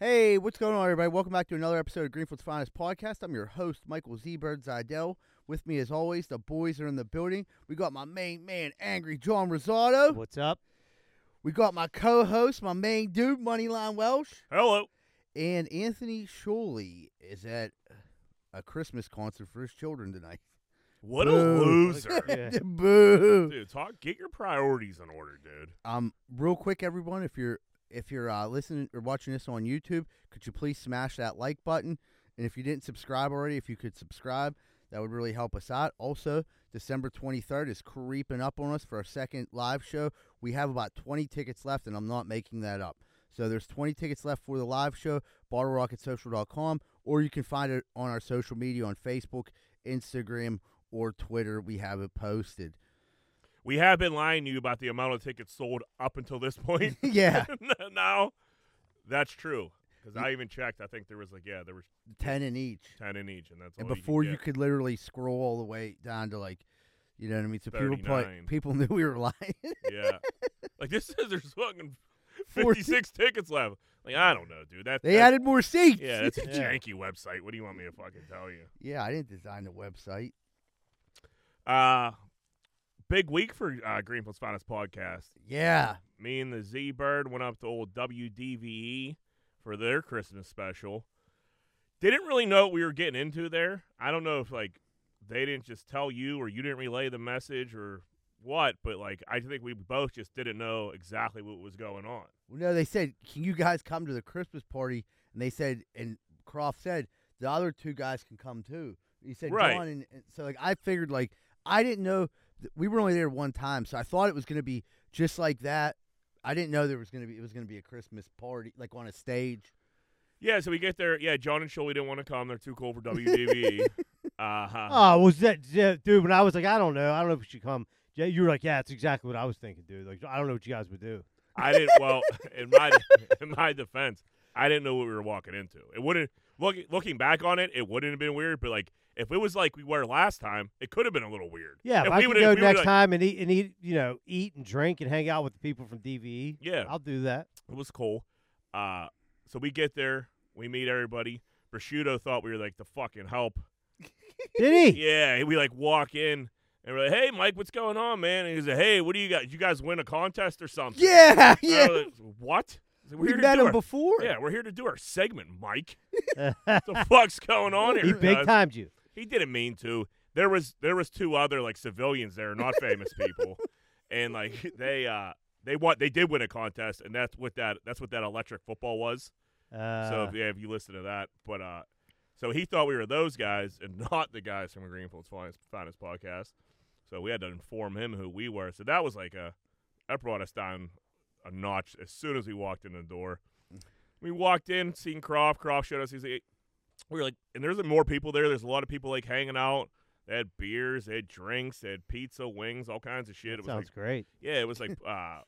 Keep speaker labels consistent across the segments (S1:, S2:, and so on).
S1: Hey, what's going on, everybody? Welcome back to another episode of Greenfield's Finest Podcast. I'm your host, Michael Z. Bird Zidell. With me, as always, the boys are in the building. We got my main man, Angry John Rosado.
S2: What's up?
S1: We got my co-host, my main dude, Moneyline Welsh,
S3: Hello.
S1: and Anthony Sholey is at a Christmas concert for his children tonight.
S3: What a
S1: Boo.
S3: loser.
S2: Yeah.
S1: Boo!
S3: dude, talk get your priorities in order, dude.
S1: Um, real quick, everyone, if you're if you're uh, listening or watching this on YouTube, could you please smash that like button? And if you didn't subscribe already, if you could subscribe, that would really help us out. Also, December 23rd is creeping up on us for our second live show. We have about 20 tickets left, and I'm not making that up. So there's 20 tickets left for the live show, bottlerocketsocial.com, or you can find it on our social media on Facebook, Instagram, or Twitter. We have it posted.
S3: We have been lying to you about the amount of tickets sold up until this point.
S1: yeah,
S3: now, that's true. Because I even checked. I think there was like, yeah, there was
S1: 10 in each.
S3: 10 in each, and that's
S1: and
S3: all
S1: before you,
S3: you,
S1: could literally scroll all the way down to like you know what I mean? So people play,
S3: 39.
S1: people knew we were lying.
S3: could. Yeah. like, this says there's fucking
S1: Forty-
S3: 56 tickets left. Like, I don't know, dude. That,
S1: they
S3: that-
S1: added more seats.
S3: Yeah, that's a
S2: Yeah.
S3: janky website. What do you want me to fucking tell you?
S1: Yeah, I didn't design the website.
S3: Uh, big week for uh, Greenfield's Finest Podcast.
S1: Yeah.
S3: me and the Z Bird went up to old WDVE E for their Christmas special. Didn't really know what we were getting into there. I don't know if like they didn't just tell you or you didn't relay the message or what, but like I think we both just didn't know exactly what was going on.
S1: Well, no, they said, "Can you guys come to the Christmas party?" And they said, and Croft said, "The other two guys can come too." He said,
S3: Right.
S1: "John," and, and so like I figured, like I didn't know th- we were only there one time, so I thought it was gonna be just like that. I didn't know there was gonna be it was gonna be a Christmas party like on a stage.
S3: Yeah, so we get there. Yeah, John and Shirley didn't want to come. They're too cool for WDVE. E. uh-huh.
S2: Oh, was that yeah, dude? When I was like, I don't know, I don't know if we should come. Yeah, you were like, yeah, that's exactly what I was thinking, dude. Like, I don't know what you guys would do.
S3: I didn't. Well, in my in my defense, I didn't know what we were walking into. It wouldn't look looking back on it, it wouldn't have been weird. But like if it was like we were last time, it could have been a little weird.
S2: Yeah, if,
S3: if
S2: I
S3: we
S2: could
S3: would've-
S2: go
S3: if we would've,
S2: next
S3: like-
S2: time and eat and eat, you know, eat and drink and hang out with the people from DVE.
S3: Yeah,
S2: I'll do that.
S3: it was cool. Uh, so we get there, we meet everybody. Prosciutto thought we were like the fucking help.
S2: Did he?
S3: Yeah, we like walk in and we're like, "Hey, Mike, what's going on, man?" And he's like, "Hey, what do you got? Did you guys win a contest or something?"
S1: Yeah,
S3: And
S1: yeah.
S3: I was like, what? He's like, "We're
S1: we
S3: here to
S1: met
S3: do
S1: him
S3: our-
S1: before.
S3: Yeah, we're here to do our segment, Mike. the fuck's going on here?
S2: he big
S3: guys?
S2: timed you.
S3: He didn't mean to. There was there was two other like civilians there, not famous people, and like they uh they want they did win a contest, and that's what that that's what that electric football was.
S2: Uh,
S3: so if, yeah, if you listen to that, but uh, so he thought we were those guys and not the guys from Greenfield's finest, finest podcast. So we had to inform him who we were. So that was like a that brought us down a notch as soon as we walked in the door. We walked in, seen Croft. Croft showed us. He's like, we were like, and there's more people there. There's a lot of people like hanging out. They had beers, they had drinks, they had pizza, wings, all kinds of shit. It was
S2: sounds
S3: like,
S2: great.
S3: yeah, it was like uh,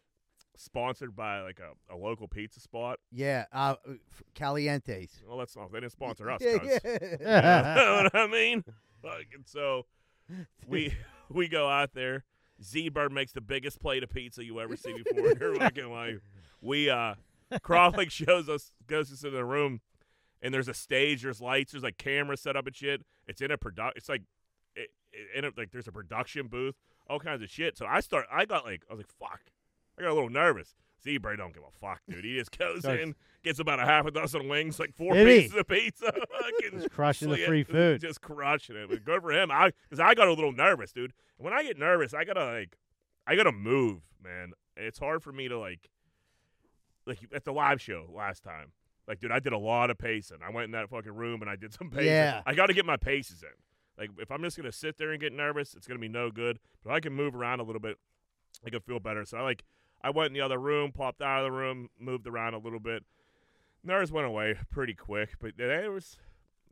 S3: sponsored by like a, a local pizza spot.
S1: Yeah, uh, f- Calientes.
S3: Well, that's not. They didn't sponsor us.
S1: Yeah,
S3: cuz.
S1: yeah.
S3: You know what I mean? Like, and so we we go out there. Z Bird makes the biggest plate of pizza you ever see before in your fucking life. We uh Crawley shows us goes us into the room and there's a stage, there's lights, there's like cameras set up and shit. It's in a product it's like it, it, in a, like there's a production booth, all kinds of shit. So I start I got like I was like, fuck. I got a little nervous. Z Bird don't give a fuck, dude. He just goes
S2: Nice.
S3: in, gets about a half a dozen wings, like four
S2: Did he?
S3: pieces of pizza. fucking
S2: Just crushing the
S3: sli-
S2: free food.
S3: Just crushing it. But Good for him. I because I got a little nervous, dude. When I get nervous, I gotta like, I gotta move, man. It's hard for me to like, like at the live show last time. Like, dude, I did a lot of pacing. I went in that fucking room and I did some pacing.
S1: Yeah.
S3: I got to get my paces in. Like, if I'm just gonna sit there and get nervous, it's gonna be no good. But if I can move around a little bit. I could feel better. So I like, I went in the other room, popped out of the room, moved around a little bit. Nerves went away pretty quick, but then it was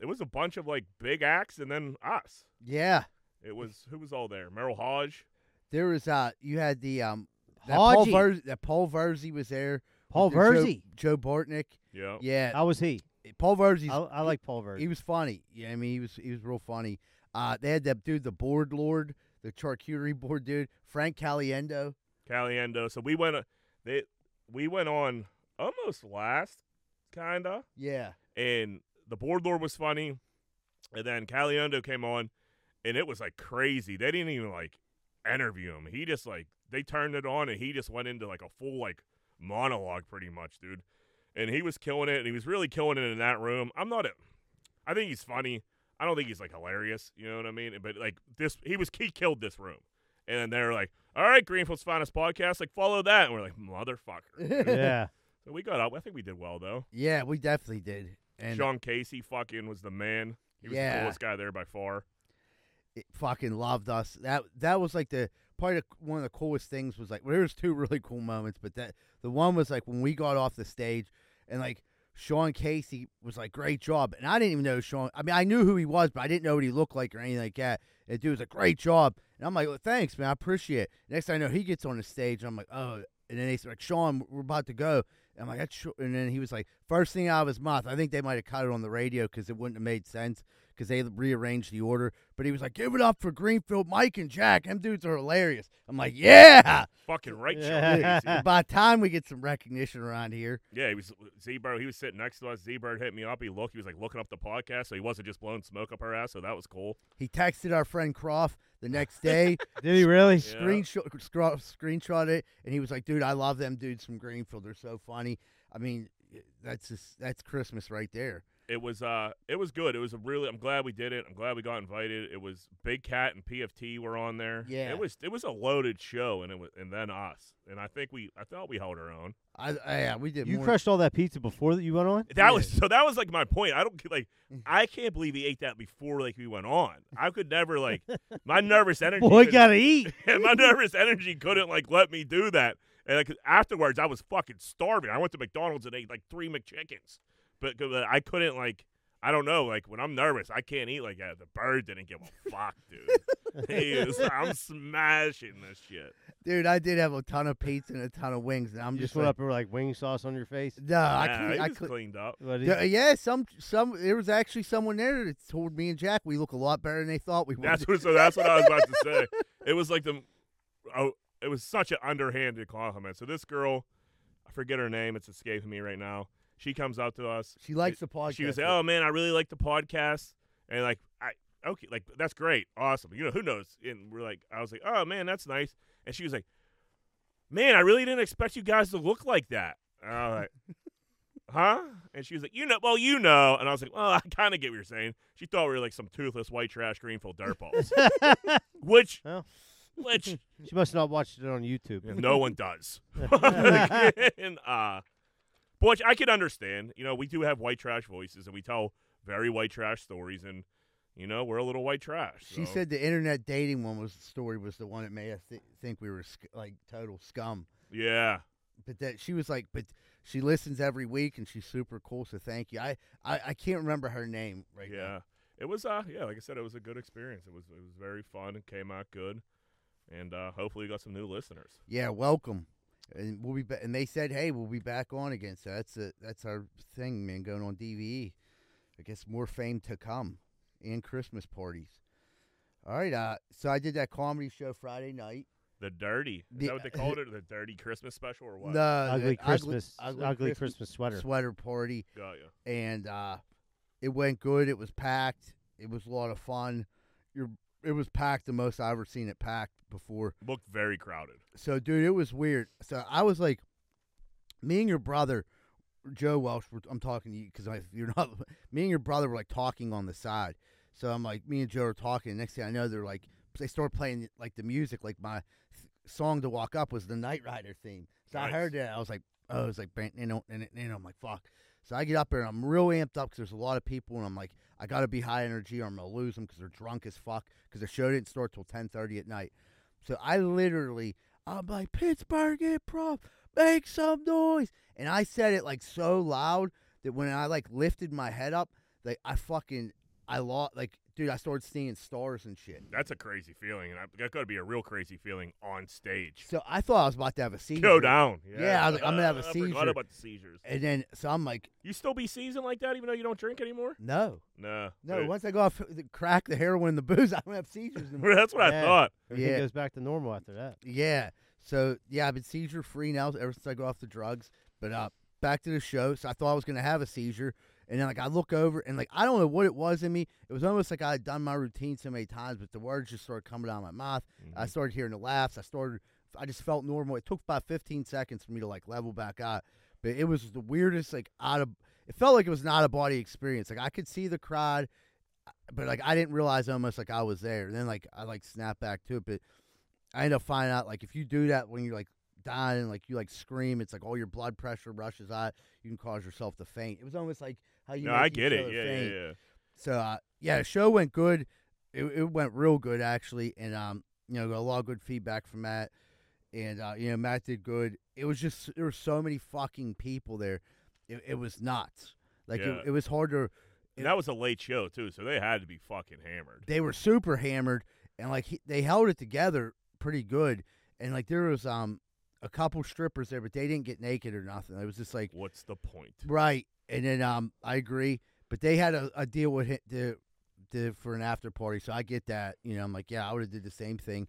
S3: it was a bunch of like big acts and then us.
S1: yeah.
S3: It was who was all there? Merrill Hodge.
S1: There was uh, you had the um, that Paul
S2: Hodgy.
S1: Ver- that Paul Verzi was there.
S2: Paul
S1: with the
S2: Verzi.
S1: Joe, Joe Bartnick.
S3: Yeah.
S1: Yeah,
S2: How was he?
S1: Paul Verzi.
S2: I, I like Paul Verzi.
S1: He was funny. Yeah, I mean he was he was real funny. Uh, they had that dude, the board lord, the charcuterie board dude, Frank Caliendo.
S3: uh, Caliendo. So we went they we went on almost last kinda.
S1: Yeah.
S3: and the board lord was funny. And then Caliondo came on, and it was like crazy. They didn't even like interview him. He just like they turned it on, and he just went into like a full like monologue, pretty much, dude. And he was killing it, and he was really killing it in that room. I'm not a, I think he's funny. I don't think he's like hilarious. You know what I mean? But like this, he was he killed this room. And then they're like, "All right, Greenfield's finest podcast, like follow that." And we're like, "Motherfucker!" dude."
S2: yeah.
S3: So we got up. I think we did well though.
S1: Yeah, we definitely did. And
S3: Sean Casey fucking was the man. He was
S1: Yeah.
S3: the coolest guy there by far.
S1: it fucking loved us. That that was like the probably the, one of the coolest things was like well, there was two really cool moments, but that the one was like when we got off the stage and like Sean Casey was like great job, and I didn't even know Sean. I mean, I knew who he was, but I didn't know what he looked like or anything like that. And the dude was like great job, and I'm like well, thanks man, I appreciate it. Next thing I know, he gets on the stage, and I'm like oh, and then he's like Sean, we're about to go. And I'm like, that's Sean- and then he was like, first thing out of his mouth. I think they might have cut it on the radio because it wouldn't have made sense because they rearranged the order. But he was like, give it up for Greenfield, Mike, and Jack. Them dudes are hilarious. I'm like, yeah.
S3: Fucking right,
S2: Yeah.
S3: Sean Casey.
S1: By the time we get some recognition around here,
S3: Yeah, he was Z Bird. He was sitting next to us. Z Bird hit me up. He looked. He was like looking up the podcast, so he wasn't just blowing smoke up our ass. So that was cool.
S1: he texted our friend Croft the next day,
S2: Did he really?
S3: Yeah.
S1: screenshot, scro- screenshot it, and he was like, dude, I love them dudes from Greenfield. They're so funny. I mean, that's just, that's Christmas right there.
S3: It was uh, it was good. It was a really. I'm glad we did it. I'm glad we got invited. It was Big Cat and PFT were on there.
S1: Yeah.
S3: it was it was a loaded show, and it was and then us. And I think we I thought we held our own.
S1: I, I yeah, we did
S2: You
S1: more.
S2: crushed all that pizza before that you went on?
S3: That
S1: Yeah. Mm-hmm.
S3: was so. That was like my point. I don't like. I can't believe he ate that before like we went on. I could never like my nervous energy.
S2: Boy,
S3: couldn't-
S2: gotta eat.
S3: and my nervous energy couldn't like let me do that. And like afterwards, I was fucking starving. I went to McDonald's and ate like three McChickens, but 'cause uh, I couldn't like I don't know like when I'm nervous, I can't eat like that. The bird didn't give a fuck, dude. he was, I'm smashing this shit.
S1: Dude, I did have a ton of pizza and a ton of wings, and I'm
S2: You
S1: just,
S2: just went
S1: like,
S2: up and were like wing sauce on your face.
S1: no, Uh, I
S3: Nah,
S1: can't.
S3: he
S1: I
S3: was
S1: could,
S3: cleaned up.
S2: What is-
S1: Yeah, yeah, some some there was actually someone there that told me and Jack we look a lot better than they thought we would.
S3: That's what. So that's what I was about to say. It was like the, oh, it was such an underhanded compliment. So this girl, I forget her name. It's escaping me right now. She comes up to us.
S1: she likes the podcast.
S3: She was like, "Oh man, I really like the podcast," and like, I okay, like that's great, awesome. You know, who knows? And we're like, I was like, "Oh man, that's nice," and she was like, "Man, I really didn't expect you guys to look like that." And I was like, "Huh?" And she was like, "You know, well, you know," and I was like, "Well, I kind of get what you're saying." She thought we were like some toothless white trash Greenfield dirtballs, which,
S2: Well.
S3: which
S2: she must not watched it on YouTube.
S3: yeah, no one does. and, uh, but which I can understand. You know, we do have white trash voices, and we tell very white trash stories, and you know, we're a little white trash.
S1: She
S3: so-
S1: said the internet dating one was the story was the one that made us th- think we were sc- like total scum.
S3: "Yeah,
S1: But that she was like, but she listens every week and she's super cool. So thank you. I I, I can't remember her name right now.
S3: yeah." It was, uh, yeah, like I said, it was a good experience. It was, it was very fun. It came out good, and uh, hopefully, we got some new listeners.
S1: Yeah, welcome. And we'll be ba- and they said, hey, we'll be back on again. So that's a, that's our thing, man, going on DVE. I guess more fame to come and Christmas parties. All right, uh, so I did that comedy show Friday night.
S3: The dirty, is
S1: The-
S3: that what they called it? The dirty Christmas special or what?
S1: No, the
S2: Ugly Christmas, ugly,
S1: ugly,
S2: Christmas, sweater.
S1: sweater party,
S3: Got ya.
S1: and uh, it went good. It was packed. It was a lot of fun. You're, it was packed the most I've ever seen it packed before.
S3: Looked very crowded.
S1: so dude, it was weird. So I was like, me and your brother, Joe Welsh. Were, I'm talking to you because you're not. Me and your brother were like talking on the side. So I'm like, me and Joe are talking. And next thing I know, they're like, they start playing like the music. Like my th- song to walk up was the Night Rider theme. So I
S3: Nice.
S1: heard that. I was like, oh, it's like, bang, you know, and, and I'm like, fuck. So I get up there and I'm real amped up because there's a lot of people and I'm like, I gotta be high energy or I'm gonna lose them because they're drunk as fuck because the show didn't start till 10:30 at night. So I literally, I'm like Pittsburgh improv, make some noise, and I said it like so loud that when I like lifted my head up, like I fucking, I lost, like dude, I started seeing stars and shit.
S3: That's a crazy feeling, and I, that got to be a real crazy feeling on stage.
S1: So I thought I was about to have a seizure.
S3: Go down. Yeah,
S1: Yeah, I was like, I'm gonna have a
S3: I
S1: seizure.
S3: forgot about the seizures.
S1: And then so I'm like,
S3: You still be seasoned like that even though you don't drink anymore?
S1: no,
S3: Nah.
S1: no.
S3: dude.
S1: Once I go off the crack, the heroin, and the booze, I don't have seizures anymore.
S3: That's what
S2: Yeah.
S3: I thought.
S2: Everything
S1: Yeah.
S2: goes back to normal after that.
S1: Yeah. So yeah, I've been seizure free now ever since I got off the drugs. But uh, back to the show, so I thought I was gonna have a seizure. And then like I look over and like I don't know what it was in me. It was almost like I had done my routine so many times, but the words just started coming out of my mouth.
S3: Mm-hmm.
S1: I started hearing the laughs. I started I just felt normal. It took about fifteen seconds for me to like level back out. But it was the weirdest like out of it felt like it was not a body experience. Like I could see the crowd but like I didn't realize almost like I was there. And then like I like snapped back to it. But I end up finding out like if you do that when you're like dying and like you like scream, it's like all your blood pressure rushes out. You can cause yourself to faint. It was almost like how you.
S3: No,
S1: make
S3: I
S1: each
S3: get it.
S1: other
S3: Yeah,
S1: faint.
S3: yeah, yeah.
S1: So uh, yeah, the show went good. It, it went real good actually, and um, you know, got a lot of good feedback from Matt, and uh, you know, Matt did good. It was just there were so many fucking people there. It, it was nuts. Like
S3: Yeah.
S1: it, it was hard to.
S3: And that was a late show too, so they had to be fucking hammered.
S1: They were super hammered, and like he, they held it together pretty good. And like there was um a couple strippers there, but they didn't get naked or nothing. It was just like
S3: What's the point?
S1: Right, and then um, I agree, but they had a, a deal with it the, the for an after party, so I get that. You know, I'm like, yeah, I would have did the same thing.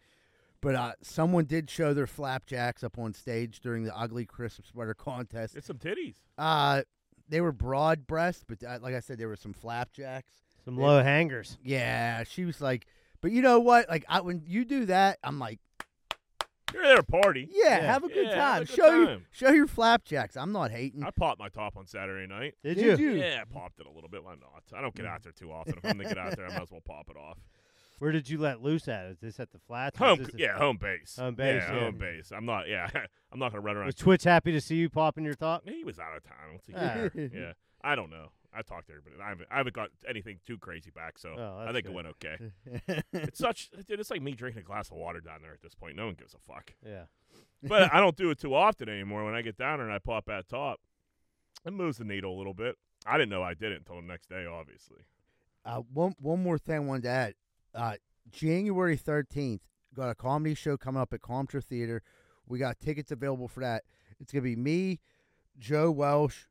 S1: But uh, someone did show their flapjacks up on stage during the ugly crisp sweater contest.
S3: It's some titties.
S1: Uh, they were broad breast, but uh, like I said, there were some flapjacks.
S2: Some
S1: Yeah.
S2: low hangers.
S1: Yeah, she was like, but you know what? Like, I, when you do that, I'm like,
S3: You're at a party.
S1: yeah,
S2: Yeah.
S1: have a good
S3: Yeah, have
S1: time.
S3: a good
S1: show your
S3: time.
S1: show your flapjacks. I'm not hating.
S3: I popped my top on Saturday night.
S2: Did,
S1: Did
S2: you?
S1: you?
S3: Yeah, I popped it a little bit. Why not? I don't get out there too often. If I'm gonna get out there, I might as well pop it off.
S2: Where did you let loose at? Is this at the flats? Was
S3: Home,
S2: this at-
S3: yeah, home base.
S2: Home base,
S3: yeah,
S2: yeah.
S3: home base. I'm not. Yeah, I'm not gonna run around.
S2: Was Twitch happy to see you popping your top?
S3: He was out of town. What's he
S2: Ah.
S3: care? yeah, I don't know. I talked to everybody. I haven't, I haven't got anything too crazy back, so
S2: Oh,
S3: I
S2: that's
S3: think
S2: good.
S3: it went okay. It's such, dude. It's like me drinking a glass of water down there at this point. No one gives a fuck.
S2: Yeah.
S3: But I don't do it too often anymore. When I get down there and I pop that top, it moves the needle a little bit. I didn't know I did it until the next day, obviously.
S1: Uh, one one more thing I wanted to add. Uh, January thirteenth, got a comedy show coming up at Comtra Theater. We got tickets available for that. It's gonna be me, Joe Welsh,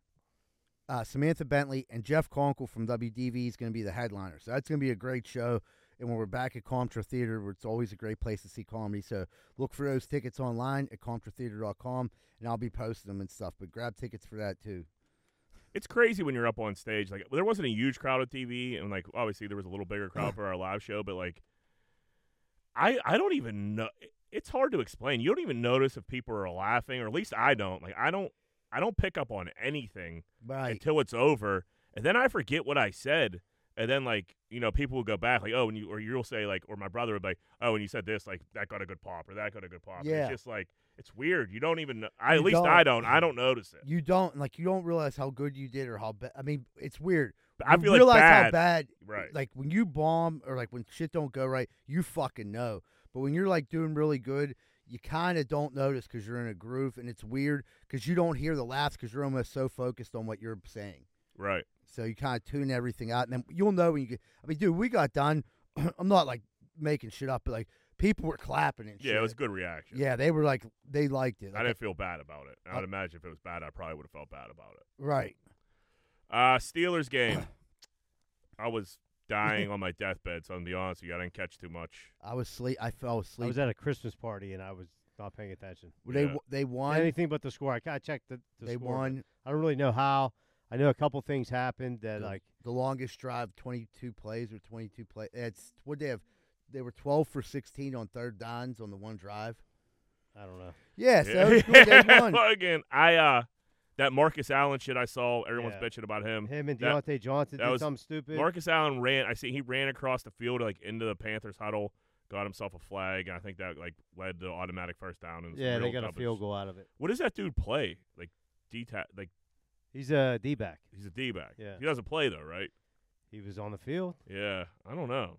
S1: uh, Samantha Bentley, and Jeff Conkle from WDV is gonna be the headliner. So that's gonna be a great show. And when we're back at Comtra Theater, where it's always a great place to see comedy. So look for those tickets online at ComtraTheater.com, and I'll be posting them and stuff. But grab tickets for that too.
S3: It's crazy when you're up on stage. Like there wasn't a huge crowd at TV, and like obviously there was a little bigger crowd for our live show. But like, I I don't even know. It's hard to explain. You don't even notice if people are laughing, or at least I don't. Like I don't I don't pick up on anything
S1: Right.
S3: until it's over, and then I forget what I said. And then, like you know, people will go back, like, "Oh," and you or you'll say, like, or my brother would be like, "Oh," when you said this, like, that got a good pop, or that got a good pop. And
S1: Yeah.
S3: it's just like it's weird. You don't even. kn- I
S1: You
S3: at least
S1: don't.
S3: I don't. I don't notice it.
S1: you don't like you don't realize how good you did or how bad. I mean, it's weird.
S3: But I
S1: You
S3: feel like
S1: realize
S3: bad.
S1: how bad,
S3: Right.
S1: Like when you bomb or like when shit don't go right, you fucking know. But when you're like doing really good, you kind of don't notice because you're in a groove, and it's weird because you don't hear the laughs because you're almost so focused on what you're saying.
S3: Right.
S1: So you kind of tune everything out, and then you'll know when you get. I mean, dude, we got done. I'm not like making shit up, but like people were clapping and shit.
S3: Yeah, it was a good reaction.
S1: Yeah, they were like they liked it.
S3: I
S1: Like,
S3: didn't feel bad about it. I'd
S1: Uh,
S3: imagine if it was bad, I probably would have felt bad about it.
S1: right.
S3: Uh, Steelers game. I was dying on my deathbed, so I'm gonna be honest with you, I didn't catch too much.
S1: I was sleep. I fell asleep.
S2: I was at a Christmas party and I was not paying attention.
S1: they
S3: Yeah.
S1: w they won.
S2: Anything but the score. I, I checked the, the
S1: they
S2: score. but
S1: won
S2: I don't really know how. I know a couple things happened that
S1: Yeah.
S2: like
S1: the longest drive, 22 plays or 22 play. That's what they have. They were 12 for 16 on third downs on the one drive.
S2: I don't know.
S1: Yeah, so it was good. they won.
S3: Again, I uh, that Marcus Allen shit I saw. Everyone's
S2: Yeah.
S3: bitching about him.
S2: Him and
S3: Mm, That-
S2: Deontay Johnson
S3: that
S2: did
S3: was-
S2: something stupid.
S3: Marcus Allen ran. I see he ran across the field like into the Panthers huddle, got himself a flag, and I think that like led to automatic first down. And some
S2: yeah, they
S3: real
S2: got a
S3: dumb-
S2: field goal out of it.
S3: What does that dude play? Like D like
S2: He's a D back.
S3: he's a D back.
S2: Yeah.
S3: he doesn't play though, right?
S2: He was on the field. know.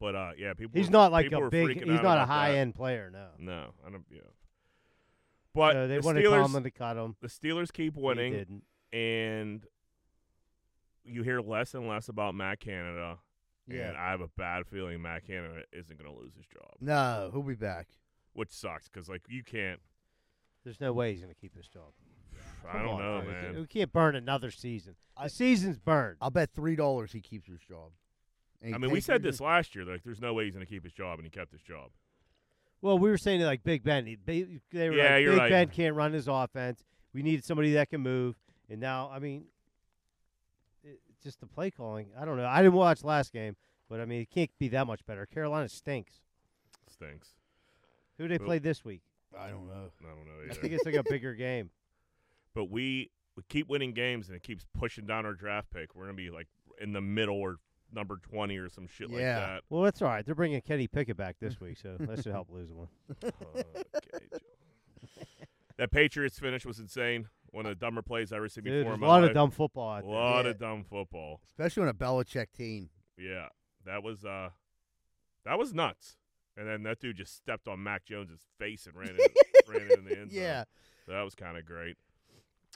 S3: But uh, yeah, people.
S2: He's
S3: were-
S2: not like
S3: people
S2: a
S3: were
S2: big.
S3: freaking
S2: He's not a
S3: out about that.
S2: high end player. No.
S3: No, I don't. Yeah. But
S2: so they
S3: the
S2: wanted
S3: Steelers,
S2: Tomlin to cut him.
S3: the Steelers keep
S2: He
S3: winning,
S2: didn't.
S3: and you hear less and less about Matt Canada.
S1: Yeah.
S3: And I have a bad feeling Matt Canada isn't going to lose his job,
S1: No, he'll be back.
S3: which sucks because like you can't.
S2: There's no way he's gonna keep his job.
S3: I
S2: Come on,
S3: don't know,
S2: dude. We can't-
S3: man.
S2: We can't burn another season.
S1: I-
S2: The season's burned.
S1: I'll bet $3 he keeps his job. And he
S3: I mean, we
S1: takes
S3: said
S1: his-
S3: this last year. Like, there's no way he's going to keep his job, and he kept his job.
S2: Well, we were saying that, like Big Ben. he- They, they were
S3: Yeah,
S2: like,
S3: you're
S2: Big
S3: right.
S2: Ben can't run his offense. We needed somebody that can move, and now I mean, it, just the play calling. I don't know. I didn't watch last game, but I mean, it can't be that much better. Carolina stinks.
S3: Stinks.
S2: Who do they
S3: Well-
S2: play this week?
S1: I don't know.
S3: I don't
S2: I
S3: know
S2: think
S3: either.
S2: it's like a bigger game.
S3: but we we keep winning games, and it keeps pushing down our draft pick. We're gonna be like in the middle or number twenty or some shit
S1: Yeah.
S3: like
S2: Well, that's all right. They're bringing Kenny Pickett back this week, so that should help lose one.
S3: that. Okay, Joe. that Patriots finish was insane. One of the dumber plays I ever seen
S2: Dude,
S3: before.
S2: there's
S3: in
S2: a
S3: my
S2: lot
S3: life.
S2: of dumb football. Out
S3: A
S2: there.
S3: lot
S1: Yeah.
S3: of dumb football.
S1: Especially on a Belichick team.
S3: Yeah, that was uh, that was nuts. And then that dude just stepped on Mac Jones's face and ran in, ran in the end zone.
S1: Yeah.
S3: So that was kind of great.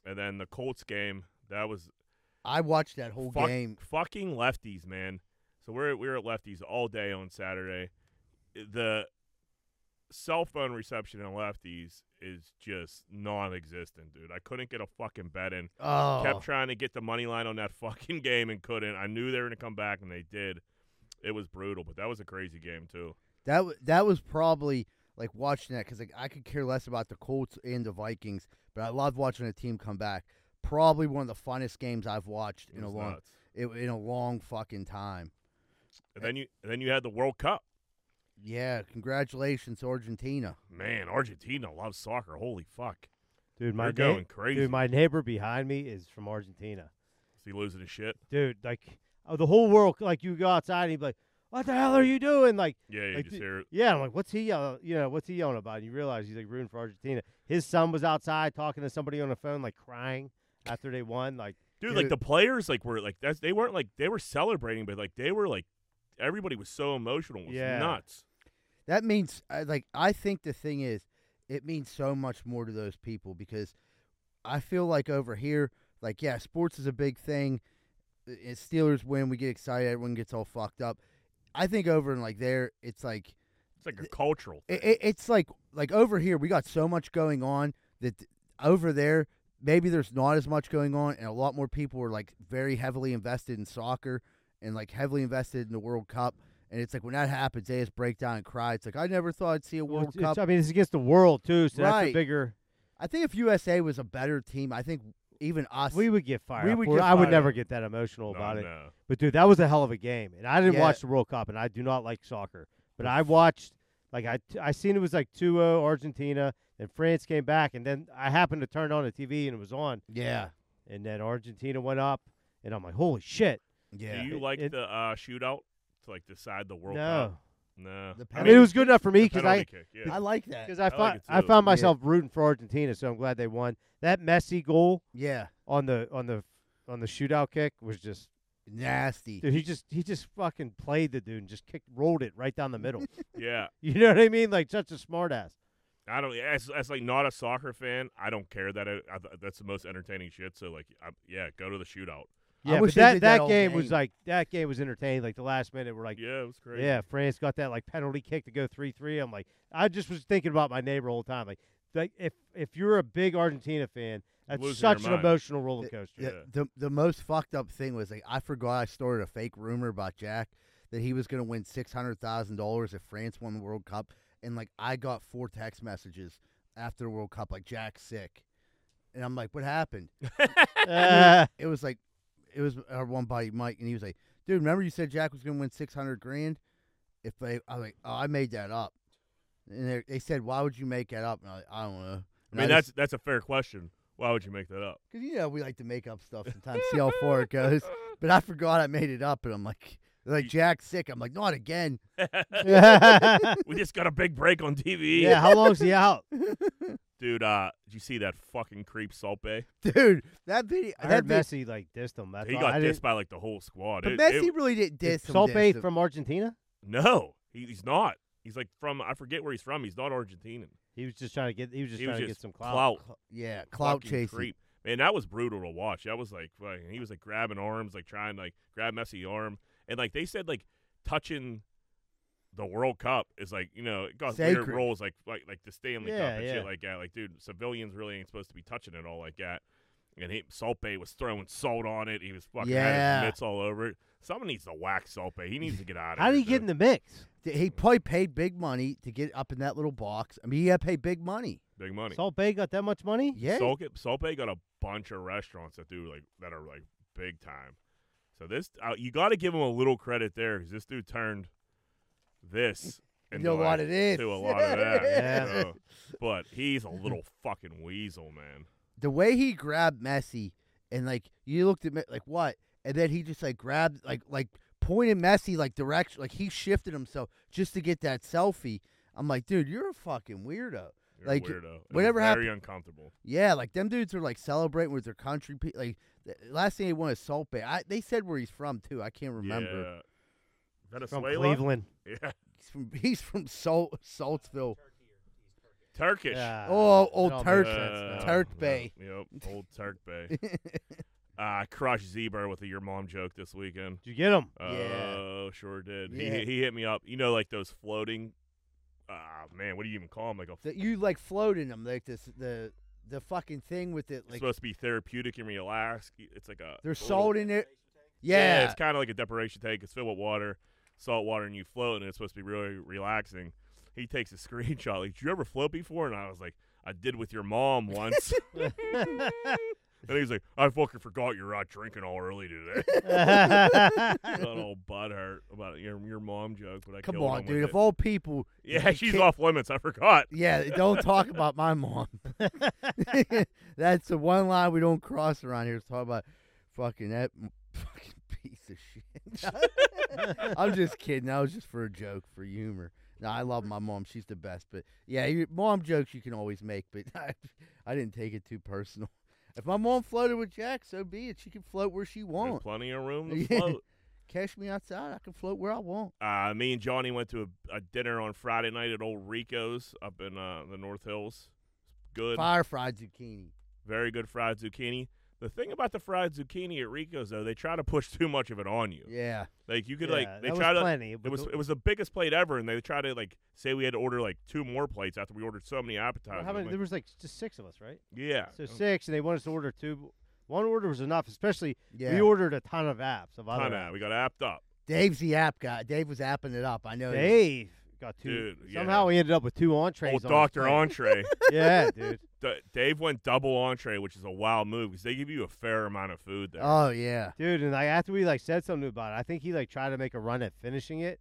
S3: And then the Colts game, that was
S1: I watched that whole
S3: fuck-
S1: game.
S3: Fucking lefties, man. So we're we were at lefties all day on Saturday. The cell phone reception in lefties is just non-existent, dude. I couldn't get a fucking bet in.
S1: Oh.
S3: Kept trying to get the money line on that fucking game and couldn't. I knew they were gonna come back and they did. It was brutal, but that was a crazy game too.
S1: That w- that was probably like watching that because like I could care less about the Colts and the Vikings, but I loved watching a team come back. Probably one of the funnest games I've watched
S3: It
S1: in a
S3: was
S1: long
S3: nuts.
S1: it, in a long fucking time.
S3: And then you and then you had the World Cup.
S1: Yeah, congratulations Argentina.
S3: Man, Argentina loves soccer. Holy fuck.
S2: Dude, my
S3: They're
S2: neigh-
S3: going crazy.
S2: dude, my neighbor behind me is from Argentina.
S3: Is he losing his shit?
S2: Dude, like oh, the whole world, like you go outside and he'd be like, "What the hell are you doing?" Like,
S3: Yeah, you
S2: Like,
S3: just
S2: d-
S3: hear it.
S2: yeah, I'm like, "What's he yelling? You know, what's he yelling about?" And you realize he's like rooting for Argentina. His son was outside talking to somebody on the phone, like crying after they won. Like,
S3: dude
S1: Dude,
S3: like
S1: it-
S3: the players like were like that's they weren't like they were celebrating but like they were like everybody was so emotional it was
S2: Yeah.
S3: nuts
S1: That means I- like I think the thing is it means so much more to those people because I feel like over here like yeah, sports is a big thing. I- If Steelers win, we get excited, everyone gets all fucked up. I think over in like there it's like
S3: it's like a cultural thing.
S1: it, it, it's like like over here we got so much going on that th- over there maybe there's not as much going on and a lot more people are like very heavily invested in soccer and like heavily invested in the world cup and it's like when that happens they just break down and cry it's like i never thought i'd see a
S2: well,
S1: world
S2: it's-
S1: cup
S2: it's- I mean, it's against the world too, so that's a
S1: Right.
S2: bigger.
S1: i think if usa was a better team i think even us
S2: We would get fired.
S1: We
S2: up
S1: would
S2: for it.
S1: get
S2: I would
S1: fired
S2: never
S3: up.
S2: get that emotional
S3: No,
S2: about it.
S3: no.
S2: But dude, that was a hell of a game, and I didn't
S1: Yeah.
S2: watch the World Cup, and I do not like soccer. But I watched, like I, I seen it was like 2-0 Argentina, and France came back, and then I happened to turn on the TV and it was on,
S1: yeah
S2: and then Argentina went up, and I'm like, holy shit!
S1: yeah
S3: do you like
S2: It-
S3: the uh shootout to like decide the world
S2: no,
S3: cup no
S1: The
S2: I
S1: penalty-
S2: mean it was good enough for me
S3: the
S2: because
S3: penalty
S2: I,
S3: kick, yeah.
S1: i like that
S2: because I,
S3: like
S2: found
S3: it
S2: I
S3: too.
S2: found
S1: Yeah.
S2: myself rooting for Argentina, so I'm glad they won. That Messi goal
S1: yeah
S2: on the on the on the shootout kick was just
S1: nasty
S2: dude. He just he just fucking played the dude and just kicked rolled it right down the middle.
S3: yeah
S2: you know what I mean? Like such a smart ass.
S3: i don't as, as like not a soccer fan i don't care that it, I, th- that's the most entertaining shit so like I, yeah go to the shootout
S1: I
S2: Yeah,
S1: wish
S2: but
S1: they
S2: that,
S1: did
S2: that,
S1: that all
S2: game, was
S1: game.
S2: like that game was entertaining. Like the last minute, we're like, yeah,
S3: yeah it was crazy
S2: France got that like penalty kick to go three three. I'm like, I just was thinking about my neighbor all the time. Like, like if if you're a big Argentina fan, that's
S3: Losing your
S2: such an
S3: mind.
S2: emotional roller
S1: Th-
S2: coaster.
S1: The,
S3: Yeah.
S1: the the most fucked up thing was like I forgot I started a fake rumor about Jack that he was gonna win six hundred thousand dollars if France won the World Cup, and like I got four text messages after the World Cup like Jack's sick, and I'm like, what happened?
S2: Ah,
S1: It was like, it was our one buddy Mike, and he was like, dude, remember you said Jack was gonna win six hundred grand? If they, I was like, oh, I made that up, and they, they said, why would you make that up? And I, was like, I don't know.
S3: i mean that's that's a fair question why would you make that up
S1: because you know we like to make up stuff sometimes. See how far it goes. But I forgot I made it up, and I'm like, they're like Jack's sick. I'm like, not again.
S3: we just got a big break on tv
S2: yeah, how long's he out?
S3: dude uh did you see that fucking creep salt bay
S1: Dude, that video.
S2: I
S1: that
S2: heard
S1: vid-
S2: Messi like dissed him. That's
S3: he
S2: all.
S3: got
S2: I
S3: dissed
S2: didn't-
S3: by like the whole squad
S1: But
S3: It- it-
S1: Messi really did
S2: Is
S1: diss him.
S2: Solpe
S1: diss him.
S2: from Argentina.
S3: No, he, he's not. He's like from I forget where he's from. He's not Argentinian.
S2: He was just trying to get. He was just
S3: he was
S2: trying
S3: just
S2: to get some clout.
S1: Cl- yeah, clout
S3: fucking
S1: chasing.
S3: creep. Man, that was brutal to watch. That was like, fucking- he was like grabbing arms, like trying to like grab Messi arm, and like they said like touching the World Cup is like you know it got weird
S1: Sacred.
S3: rules like like like the Stanley
S2: Yeah,
S3: Cup and
S2: yeah.
S3: shit like that. Like dude, civilians really ain't supposed to be touching it all like that. And he, Salt Bay was throwing salt on it. He was fucking had
S1: Yeah.
S3: his mitts all over it. Someone needs to whack Salt Bay. He needs to get out of
S2: How
S3: here.
S2: did he get
S3: dude.
S2: in the mix?
S1: He probably paid big money to get up in that little box. I mean, he had to pay big money.
S3: Big money.
S2: Salt Bay got that much money?
S1: Yeah.
S3: Salt, Salt Bay got a bunch of restaurants that do like that are like big time. So this, uh, you got to give him a little credit there because this dude turned this into
S1: you know
S3: like,
S1: what it is.
S3: to a lot of that.
S2: Yeah.
S3: so. But he's a little fucking weasel, man.
S1: the way he grabbed Messi and like you looked at me like what, and then he just like grabbed like like pointed Messi like direction, like he shifted himself just to get that selfie. I'm like, dude, you're a fucking weirdo.
S3: You're
S1: Like,
S3: a weirdo. It was
S1: whatever
S3: very uncomfortable.
S1: Yeah, like them dudes are like celebrating with their country. Pe- like the last thing they want is Salt Bay. I, they said where he's from too. I can't remember.
S3: Yeah.
S2: From
S3: Venezuela.
S2: Cleveland.
S3: Yeah.
S1: He's from he's from Salt Saltsville.
S3: Turkish.
S2: Yeah.
S1: Oh, old
S2: That all
S1: Turk-
S2: makes sense
S3: Uh,
S2: now.
S1: Turk Bay.
S3: Yep. Old Turk Bay. Uh, I crushed Zebra with a your mom joke this weekend.
S2: Did you get him?
S1: Yeah.
S3: Oh, sure did.
S1: Yeah.
S3: He he hit me up. You know, like those floating. Ah, man, what do you even call them? Like a.
S1: that you like floating them like this the the fucking thing with it
S3: it's
S1: like
S3: supposed to be therapeutic and relax. It's like a.
S1: they're
S3: a little-
S1: salt in it.
S3: Yeah.
S1: Yeah,
S3: it's kind of like a deprivation tank. It's filled with water, salt water, and you float, and it's supposed to be really relaxing. He takes a screenshot. Like, did you ever float before? And I was like, I did with your mom once. and he's like, I fucking forgot you're out drinking all early today. that old butthurt about your your mom joke, but I
S1: Come
S3: killed
S1: on,
S3: him with
S1: dude.
S3: it.
S1: Of all people,
S3: yeah,
S1: you
S3: she's
S1: can't-
S3: off limits. I forgot.
S1: Yeah, don't talk about my mom. That's the one line we don't cross around here. Is talk about fucking that m- fucking piece of shit. I'm just kidding. That was just for a joke, for humor. No, I love my mom. She's the best. But yeah, your mom jokes you can always make. But I, I didn't take it too personal. If my mom floated with Jack, so be it. She can float where she
S3: There's
S1: wants.
S3: plenty of room to
S1: Yeah.
S3: float.
S1: Catch me outside. I can float where I want.
S3: Uh, me and Johnny went to a, a dinner on Friday night at Old Rico's up in uh, the North Hills. Good.
S1: Fire fried zucchini.
S3: Very good fried zucchini. The thing about the fried zucchini at Rico's though, they try to push too much of it on you.
S1: Yeah.
S3: Like you could
S2: Yeah,
S3: like they
S2: that
S3: try
S2: was
S3: to
S2: plenty.
S3: it
S2: but
S3: was
S2: the-
S3: it was the biggest plate ever and they tried to like say we had to order like two more plates after we ordered so many
S2: well,
S3: appetizers.
S2: how
S3: I'm
S2: many?
S3: like,
S2: There was like just six of us, right?
S3: yeah.
S2: So six, and they wanted us to order two. but One order was enough, especially
S1: Yeah.
S2: we ordered a ton of apps of other.
S3: Time out. We got apped up.
S1: Dave's the app guy. Dave was apping it up. I know.
S2: apps.
S1: he was.
S2: Dave got two.
S3: Dude,
S2: Somehow
S3: yeah.
S2: we ended up with two entrees.
S3: Old
S2: on his
S3: Doctor
S2: plate.
S3: Entree.
S2: yeah, dude.
S3: D- Dave went double entree, which is a wild move because they give you a fair amount of food there.
S1: Oh
S2: Uh,
S1: yeah.
S2: Dude, and like after we like said something about it, I think he like tried to make a run at finishing it.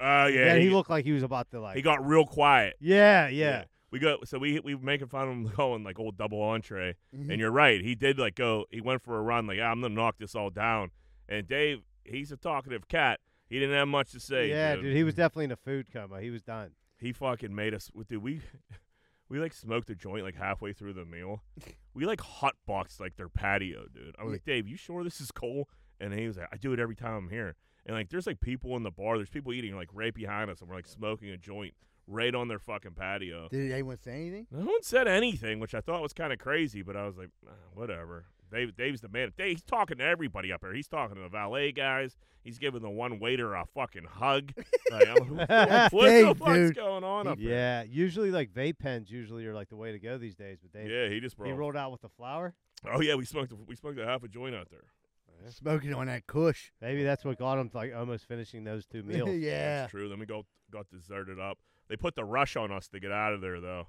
S3: Oh, yeah.
S2: he, looked like he was about to like.
S3: he got real quiet.
S2: yeah, yeah,
S3: We got so we we making fun of him going like old double entree.
S2: Mm-hmm.
S3: And you're right. He did like go. He went for a run. Like I'm gonna knock this all down. And Dave, he's a talkative cat. He didn't have much to say.
S2: yeah, dude. He was definitely in a food coma. He was done.
S3: He fucking made us. Dude, we we like smoked a joint like halfway through the meal. We like hot boxed like their patio, dude. I was
S1: Yeah.
S3: like, Dave, you sure this is cool? And he was like, I do it every time I'm here. And like, there's like people in the bar. There's people eating like right behind us, and we're like smoking a joint right on their fucking patio.
S1: Did anyone say anything?
S3: No one said anything, which I thought was kind of crazy, but I was like, "Ah, whatever. Dave, Dave's the man. Dave, he's talking to everybody up there. He's talking to the valet guys. He's giving the one waiter a fucking hug. Like, I'm-
S1: That's
S3: what the
S1: Dave,
S3: fuck's
S1: dude.
S3: going on up there?
S2: Yeah, usually like vape pens usually are like the way to go these days. But they
S3: Yeah, he just
S2: he
S3: brought.
S2: rolled out with the flour.
S3: Oh yeah, we smoked. We smoked a half a joint out there.
S1: Smoking on that Kush.
S2: Maybe that's what got him like almost finishing those two meals.
S1: yeah.
S3: That's true. Then we got got deserted up. They put the rush on us to get out of there, though.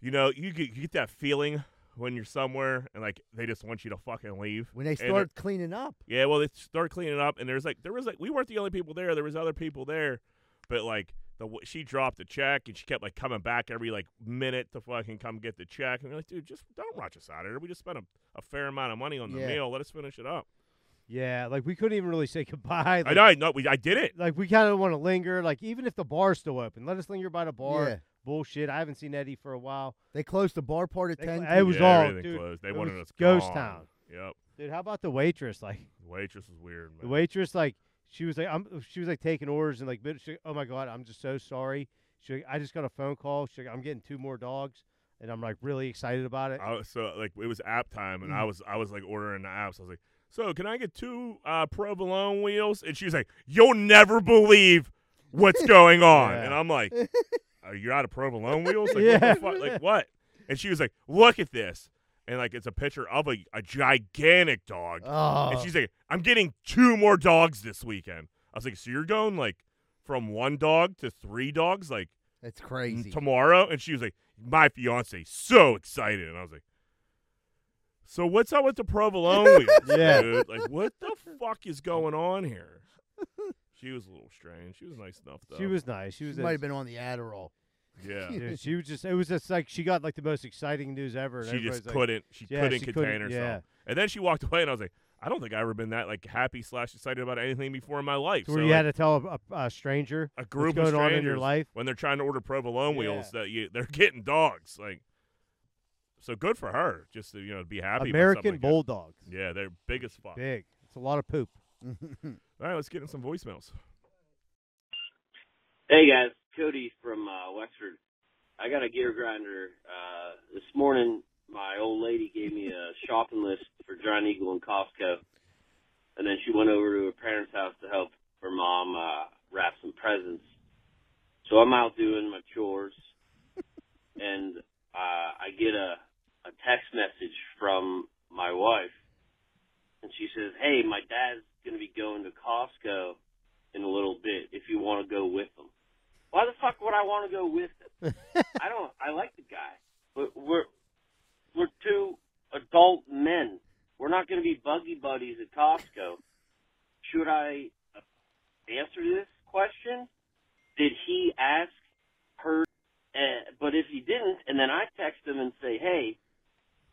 S3: You know, you get, you get that feeling when you're somewhere and like they just want you to fucking leave.
S1: When they
S3: And it-
S1: start cleaning up.
S3: Yeah, well, they start cleaning up, and there's like there was like we weren't the only people there. There was other people there, but like the w- she dropped a check and she kept like coming back every like minute to fucking come get the check. And we're like, dude, just don't rush us out of here. We just spent a, a fair amount of money on the
S1: Yeah.
S3: meal. Let us finish it up.
S2: yeah, like we couldn't even really say goodbye. Like,
S3: I know, no, we I did it.
S2: Like we kind of want to linger. Like even if the bar's still open, let us linger by the bar.
S1: Yeah.
S2: Bullshit. I haven't seen Eddie for a while.
S1: They closed the bar part at
S2: They
S1: ten.
S2: cl- It was
S3: Yeah,
S2: all-
S3: everything
S2: dude,
S3: closed. They
S2: it
S3: wanted
S2: was
S3: us
S2: ghost
S3: gone.
S2: town.
S3: Yep,
S2: Dude, how about the waitress? Like
S3: the waitress was weird.
S2: The
S3: Man.
S2: waitress, like, she was like, I'm, she was like taking orders and like, bit- she, oh my god, I'm just so sorry. She, like, I just got a phone call. She, like, I'm getting two more dogs, and I'm like really excited about it.
S3: I was, so like it was app time,
S2: Mm-hmm.
S3: and I was I was like ordering the apps. I was like, so can I get two uh, provolone wheels? And she was like, you'll never believe what's going on.
S2: Yeah.
S3: And I'm like, are you out of provolone wheels? Like,
S2: Yeah.
S3: what the fuck? like what? And she was like, look at this, and like it's a picture of a, a gigantic dog, and
S1: Oh,
S3: she's like, I'm getting two more dogs this weekend. I was like, so you're going like from one dog to three dogs, like
S1: that's crazy.
S3: tomorrow and she was like my fiance so excited, and I was like, "So what's up with the provolone wheels,
S2: Yeah.
S3: dude? Like, what the fuck is going on here?" She was a little strange. She was nice enough though.
S2: She was nice. She was.
S1: might
S2: a-
S1: have been on the Adderall.
S3: yeah.
S2: dude, she was just. It was just like she got like the most exciting news ever. and
S3: She just
S2: everybody's like,
S3: couldn't. She
S2: yeah,
S3: couldn't
S2: she
S3: contain
S2: couldn't-
S3: herself.
S2: yeah.
S3: And then she walked away, and I was like, "I don't think I've ever been that like happy slash excited about anything before in my life."
S2: Where
S3: so
S2: you
S3: like,
S2: had to tell a, a, a stranger
S3: a group
S2: what's
S3: of
S2: going on in your
S3: strangers
S2: life.
S3: when they're trying to order provolone wheels
S2: Yeah.
S3: that you they're getting dogs like so good for her just to you know be
S2: American
S3: happy about something like that.
S2: bulldogs.
S3: yeah they're big as fuck
S2: Big. It's a lot of poop.
S3: all right let's get in some voicemails
S4: Hey guys, Cody from uh, Wexford. I got a gear grinder. Uh, this morning, my old lady gave me a shopping list for Giant Eagle and Costco, and then she went over to her parents' house to help her mom uh, wrap some presents. So I'm out doing my chores, and uh, I get a a text message from my wife, and she says, "Hey, my dad's going to be going to Costco." in a little bit if you want to go with them. Why the fuck would I want to go with them? I don't. I like the guy, but we're we're two adult men. We're not going to be buggy buddies at Costco. Should I uh, answer this question? Did he ask her? Uh, but if he didn't, and then I text him and say, "Hey,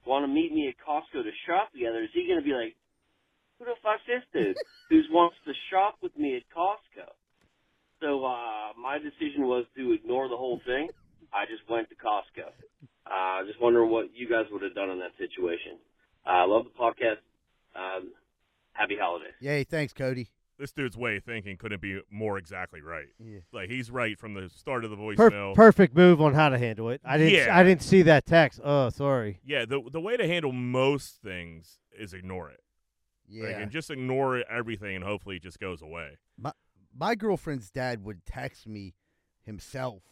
S4: want to meet me at Costco to shop together?" Is he going to be like, "Who the fuck's this dude?" who wants to shop with me at Costco. So uh, my decision was to ignore the whole thing. I just went to Costco. Uh, just wondering what you guys would have done in that situation. I uh, love the podcast. Um, happy holidays.
S1: Yay! Thanks, Cody.
S3: this dude's way of thinking couldn't be more exactly right
S1: Yeah.
S3: like he's right from the start of the
S2: Per-
S3: voicemail
S2: perfect move on how to handle it. I didn't.
S3: Yeah.
S2: I didn't see that text. Oh, sorry.
S3: yeah the, the way to handle most things is ignore it
S1: Yeah.
S3: like, and just ignore everything and hopefully it just goes away
S1: my girlfriend's dad would text me himself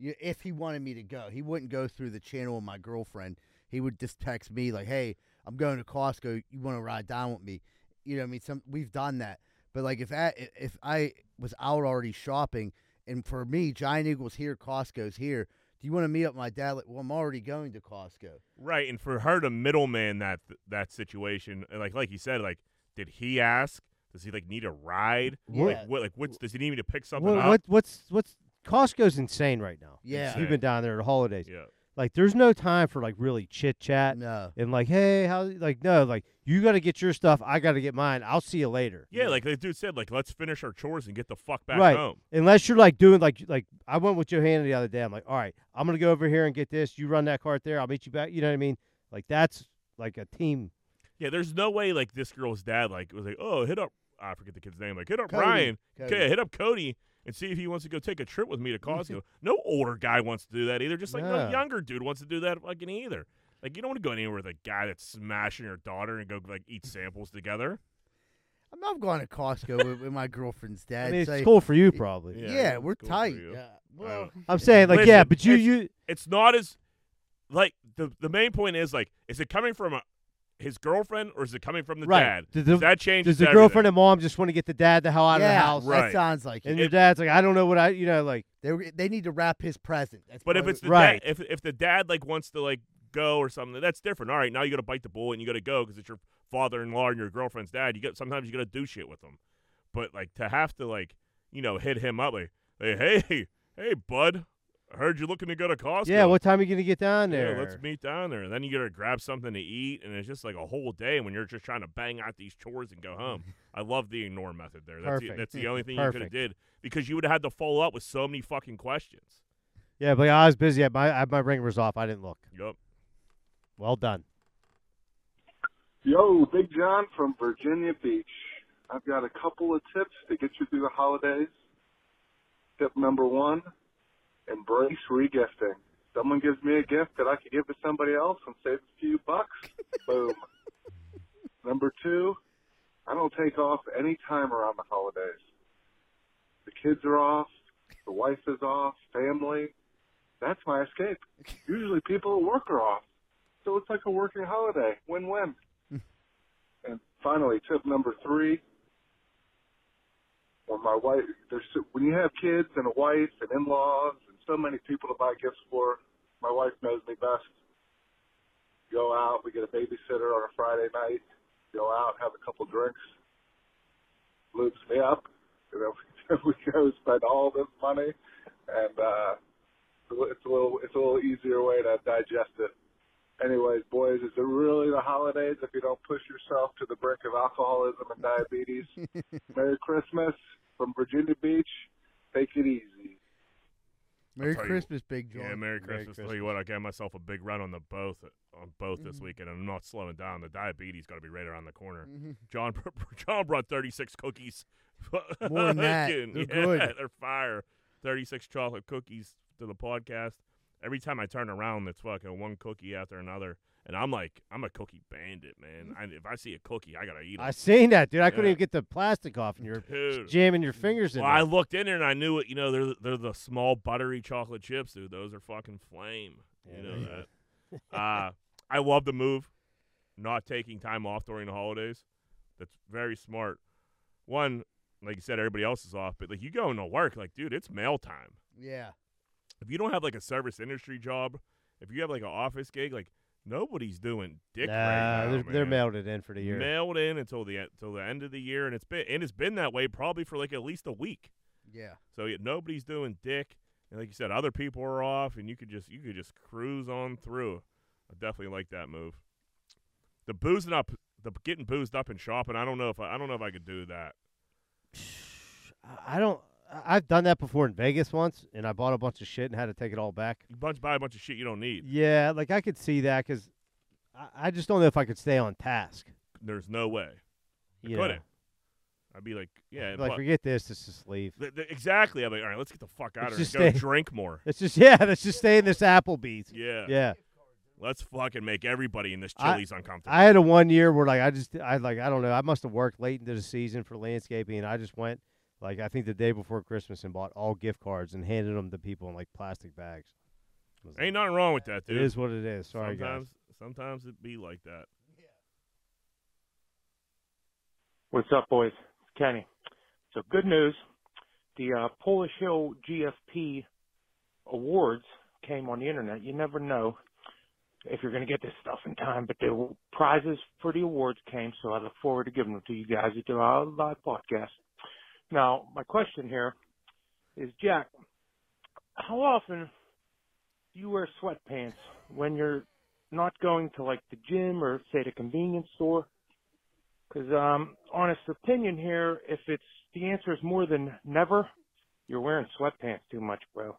S1: y- if he wanted me to go. He wouldn't go through the channel of my girlfriend. He would just text me like, "Hey, I'm going to Costco. You want to ride down with me?" You know, what I mean, some we've done that. But like if that i- if I was out already shopping, and for me, Giant Eagle's here, Costco's here. Do you want to meet up with my dad? Like, well, I'm already going to Costco.
S3: Right, and for her to middleman that that situation, and like like you said, like did he ask? Does he like need a ride?
S1: Yeah.
S3: Like what? Like what's Does he need me to pick something
S2: What,
S3: up?
S2: what? What's? What's? Costco's insane right now.
S1: Yeah.
S2: You've been down there at holidays.
S3: Yeah,
S2: Like, there's no time for like really chit chat
S1: No.
S2: and like, hey, how? Like, no, like you got to get your stuff. I got to get mine. I'll see you later.
S3: yeah. Like the dude said, like let's finish our chores and get the fuck back
S2: Right.
S3: home.
S2: Unless you're like doing like like I went with Johanna the other day. I'm like, all right, I'm gonna go over here and get this. You run that cart there. I'll meet you back. You know what I mean? Like that's like a team.
S3: Yeah, there's no way like this girl's dad like was like, oh, hit up. I forget the kid's name. Like hit up
S1: Cody.
S3: Ryan.
S1: Cody.
S3: Yeah, hit up Cody and see if he wants to go take a trip with me to Costco. no older guy wants to do that either. Just like no
S2: No.
S3: younger dude wants to do that fucking either. Like you don't want to go anywhere with a guy that's smashing your daughter and go like eat samples together.
S1: I'm not going to Costco with, with my girlfriend's dad.
S2: I mean,
S1: Say,
S2: it's cool for you probably.
S1: Yeah,
S3: Yeah, it's
S1: we're
S3: cool for
S1: tight.
S3: you.
S1: Yeah. Well,
S2: I'm saying like yeah,
S3: Listen,
S2: but you
S3: it's-
S2: you
S3: it's not as like the the main point is like is it coming from a, his girlfriend or is it coming from the
S2: right.
S3: dad?
S2: Does
S3: Does
S2: the,
S3: that changes
S2: does the
S3: everything.
S2: girlfriend and mom just want to get the dad the hell out of
S1: yeah,
S2: the house?
S1: That
S3: Right.
S1: sounds like it.
S2: And your dad's like, I don't know what I you know like
S1: They were, they need to wrap his present. That's
S3: But if
S1: probably-
S3: it's the
S2: Right.
S3: dad, if if the dad like wants to like go or something, that's different. All right, now you got to bite the bullet and you got to go because it's your father-in-law and your girlfriend's dad. You got sometimes you got to do shit with them, but like to have to like you know hit him up like hey hey hey bud, I heard you're looking to go to Costco.
S2: yeah, what time are you gonna get down there?
S3: Yeah, let's meet down there. And then you gotta grab something to eat, and it's just like a whole day when you're just trying to bang out these chores and go home. I love the ignore method there. That's the,
S2: Perfect. Mm,
S3: that's the only thing you could have
S2: Perfect.
S3: did because you would have had to follow up with so many fucking questions.
S2: yeah, but I was busy. I, my I, my ring was off. I didn't look.
S3: Yep.
S2: Well done.
S5: Yo, Big John from Virginia Beach. I've got a couple of tips to get you through the holidays. Tip number one, embrace regifting. Someone gives me a gift that I could give to somebody else and save a few bucks. Boom. Number two, I don't take off any time around the holidays. The kids are off, the wife is off, family. That's my escape. Usually people at work are off. So it's like a working holiday. Win win. and finally, tip number three. When my wife, there's so- when you have kids and a wife and in-laws and so many people to buy gifts for, My wife knows me best. Go out. We get a babysitter on a Friday night. Go out, have a couple drinks. Loops me up. You know, we go spend all this money, and uh, it's a little it's a little easier way to digest it. Anyways, boys, is it really the holidays if you don't push yourself to the brink of alcoholism and diabetes? Merry Christmas from Virginia Beach. Take it easy.
S1: Merry
S3: tell you-
S1: Christmas, Big John.
S3: Yeah, Merry Christmas. Tell you
S2: Christmas.
S3: what, I gave myself a big run on the both on both this
S1: Mm-hmm.
S3: weekend, and I'm not slowing down. The diabetes got to be right around the corner. John br- br- John brought 36 cookies.
S1: Mm-hmm. More than that.
S3: Again,
S1: They're
S3: yeah,
S1: good.
S3: They're fire. 36 chocolate cookies to the podcast. Every time I turn around, it's fucking one cookie after another, and I'm like, I'm a cookie bandit, man.
S1: Mm-hmm.
S3: I, if I see a cookie, I gotta eat
S2: I
S3: it.
S2: seen that, dude. I couldn't
S3: Yeah.
S2: even get the plastic off, and you're
S3: Dude.
S2: jamming your fingers in.
S3: Well, I
S2: there.
S3: looked in there and I knew it. You know, they're they're the small buttery chocolate chips, dude. Those are fucking flame.
S2: Yeah,
S3: you
S2: they
S3: know that. uh, I love the move, not taking time off during the holidays. That's very smart. One, like you said, everybody else is off, but like you going to work, like dude, it's mail time.
S1: Yeah.
S3: If you don't have like a service industry job, if you have like an office gig, like nobody's doing dick right
S2: Nah,
S3: now.
S2: they're, they're
S3: man
S2: mailed it in for the year.
S3: mailed in until the until the end of the year, and it's been and it's been that way probably for like at least a week.
S1: Yeah.
S3: So yeah, nobody's doing dick, and like you said, other people are off, and you could just you could just cruise on through. I definitely like that move. The boozing up, the getting boozed up and shopping. I don't know if I, I don't know if I could do that.
S2: I- I don't. I- I've done that before in Vegas once, and I bought a bunch of shit and had to take it all back.
S3: You bunch buy a bunch of shit you don't need.
S2: Yeah, like I could see that because I, I just don't know if I could stay on task.
S3: There's no way. I
S2: You
S3: couldn't.
S2: know?
S3: I'd be like, yeah,
S2: like
S3: but-
S2: forget this. Let's just leave.
S3: th- th- exactly. I'm like, all right, let's get the fuck out
S2: Let's
S3: of here.
S2: just
S3: and
S2: stay-
S3: Go drink more.
S2: Let's just yeah. Let's just stay in this Applebee's.
S3: Yeah.
S2: yeah.
S3: Let's fucking make everybody in this
S2: I-
S3: Chili's uncomfortable.
S2: I had a one year where like I just I like I don't know I must have worked late into the season for landscaping and I just went like I think the day before Christmas and bought all gift cards and handed them to people in like plastic bags. I was like,
S3: Ain't nothing wrong with that, dude.
S2: It is what it is. Sorry
S3: sometimes, sometimes it be like that.
S6: What's up, boys? It's Kenny. So, good news. The uh, Polish Hill GFP awards came on the internet. You never know if you're going to get this stuff in time, but the prizes for the awards came, so I look forward to giving them to you guys at the uh, live podcast. Now, my question here is, Jack, how often do you wear sweatpants when you're not going to like the gym or say the convenience store? Because um, honest opinion here, if it's the answer is more than never, you're wearing sweatpants too much, bro.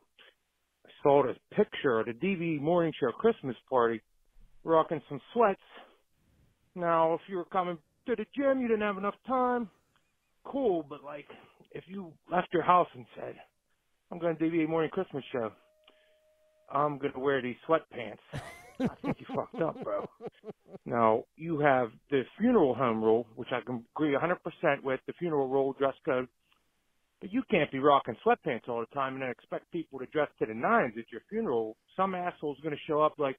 S6: I saw this picture at a DV morning show Christmas party, rocking some sweats. Now, if you were coming to the gym, you didn't have enough time. Cool, but like, if you left your house and said, "I'm going to DV morning Christmas show," I'm going to wear these sweatpants. I think you fucked up, bro. Now, you have the funeral home rule, which I can agree 100% with, the funeral rule, dress code. But you can't be rocking sweatpants all the time and then expect people to dress to the nines at your funeral. Some asshole's going to show up like,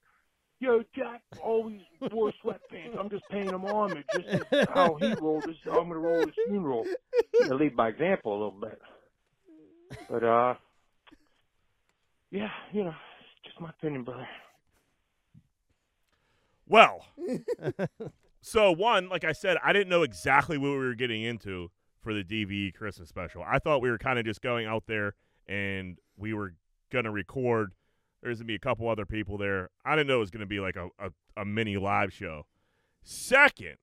S6: yo, Jack always wore sweatpants. I'm just paying him homage. This is how he rolled. This is how I'm going to roll his funeral. You know, lead by example a little bit. But, uh, yeah, you know, it's just my opinion, brother.
S3: Well, so one, like I said, I didn't know exactly what we were getting into for the DVE Christmas special. I thought we were kind of just going out there and we were gonna record. There's gonna be a couple other people there. I didn't know it was gonna be like a, a, a mini live show. Second,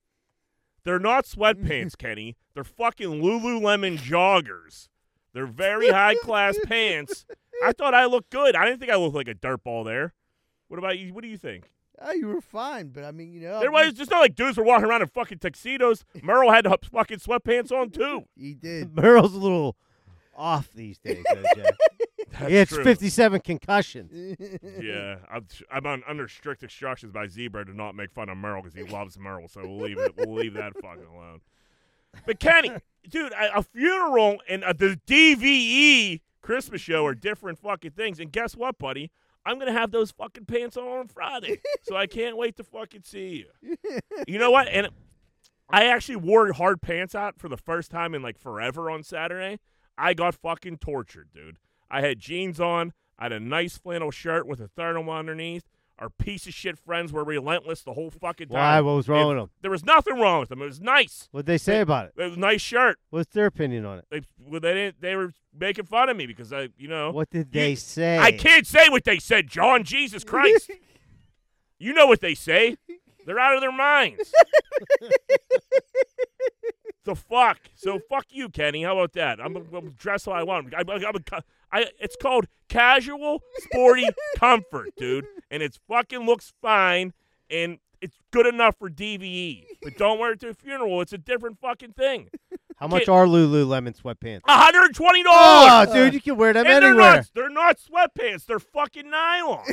S3: they're not sweatpants, Kenny. They're fucking Lululemon joggers. They're very high class pants. I thought I looked good. I didn't think I looked like a dirtball there. What about you? What do you think?
S1: Oh, you were fine, but I mean, you know,
S3: Everybody's
S1: you-
S3: just not like dudes were walking around in fucking tuxedos. Merle had h- fucking sweatpants on too.
S1: he
S2: guys.
S1: did.
S2: Merle's a little off these days. though, Jack. he had 57 concussions.
S3: Yeah, I'm, I'm on, under strict instructions by Zebra to not make fun of Merle because he loves Merle. So we'll leave it. We'll leave that fucking alone. But Kenny, dude, a, a funeral and a, the DVE Christmas show are different fucking things. And guess what, buddy? I'm gonna have those fucking pants on on Friday, so I can't wait to fucking see you. You know what? And I actually wore hard pants out for the first time in like forever on Saturday. I got fucking tortured, dude. I had jeans on. I I had a nice flannel shirt with a thermal underneath. Our piece of shit friends were relentless the whole fucking time.
S2: Why? What was wrong with them?
S3: There was nothing wrong with them. It was nice.
S2: What'd they say about it?
S3: It was a nice shirt.
S2: What's their opinion on it?
S3: They well, they didn't. They were making fun of me because I, you know,
S2: What did
S3: Oh, You-
S2: they say?
S3: I can't say what they said, John. Jesus Christ. you know what they say. They're out of their minds. the fuck. So fuck you, Kenny. How about that? I'm, I'm dressed how I want. I'm, I'm, I'm, I, it's called casual, sporty comfort, dude. And it's fucking looks fine. And it's good enough for DVE. But don't wear it to a funeral. It's a different fucking thing.
S2: How much
S3: can't-
S2: are Lululemon sweatpants?
S3: $120. uh,
S2: Oh, dude, you can wear them
S3: And
S2: anywhere.
S3: They're not, they're not sweatpants. They're fucking nylon.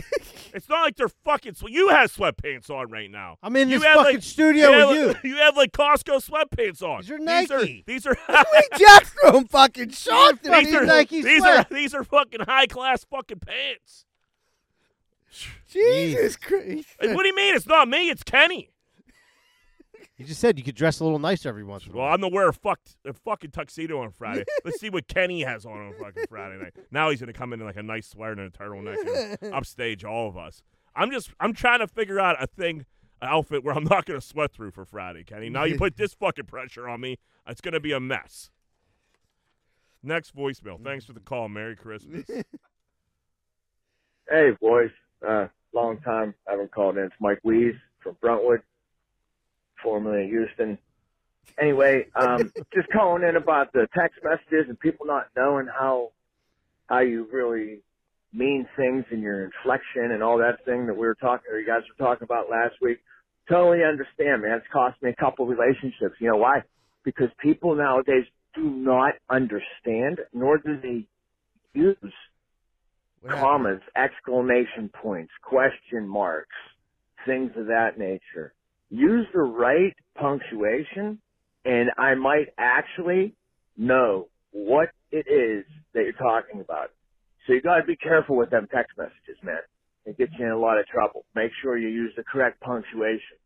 S3: it's not like they're fucking. Sw- you have sweatpants on right now.
S2: I'm in
S3: You
S2: this
S3: have,
S2: fucking
S3: like-
S2: studio
S3: have,
S2: with you.
S3: you have like Costco sweatpants on.
S2: These are Nike.
S3: These are. These
S1: Lee Jack's room fucking shocked.
S2: Fucking
S1: These
S3: are,
S2: Nike
S3: these are
S2: sweat.
S3: these are fucking high class fucking pants.
S1: Jesus Christ.
S3: Like, what do you mean? It's not me. It's Kenny.
S2: You just said you could dress a little nicer every once in a
S3: Well,
S2: while.
S3: I'm gonna wear a fucked a fucking tuxedo on Friday. Let's see what Kenny has on on fucking Friday night. Now he's gonna come in in like a nice sweater and a turtleneck and upstage all of us. I'm just I'm trying to figure out a thing, an outfit where I'm not gonna sweat through for Friday, Kenny. Now you put this fucking pressure on me. It's gonna be a mess. Next voicemail. Thanks for the call. Merry Christmas.
S7: Hey, boys. Uh, long time I haven't called in. It's Mike Wees from Bruntwood, formerly Houston. Anyway, um, just calling in about the text messages and people not knowing how how you really mean things and your inflection and all that thing that we were talking or you guys were talking about last week. Totally understand, man. It's cost me a couple relationships. You know why? Because people nowadays do not understand, nor do they use
S1: What happened?
S7: commas, exclamation points, question marks, things of that nature. Use the right punctuation, and I might actually know what it is that you're talking about. So you got to be careful with them text messages, man. It gets you in a lot of trouble. Make sure you use the correct punctuation.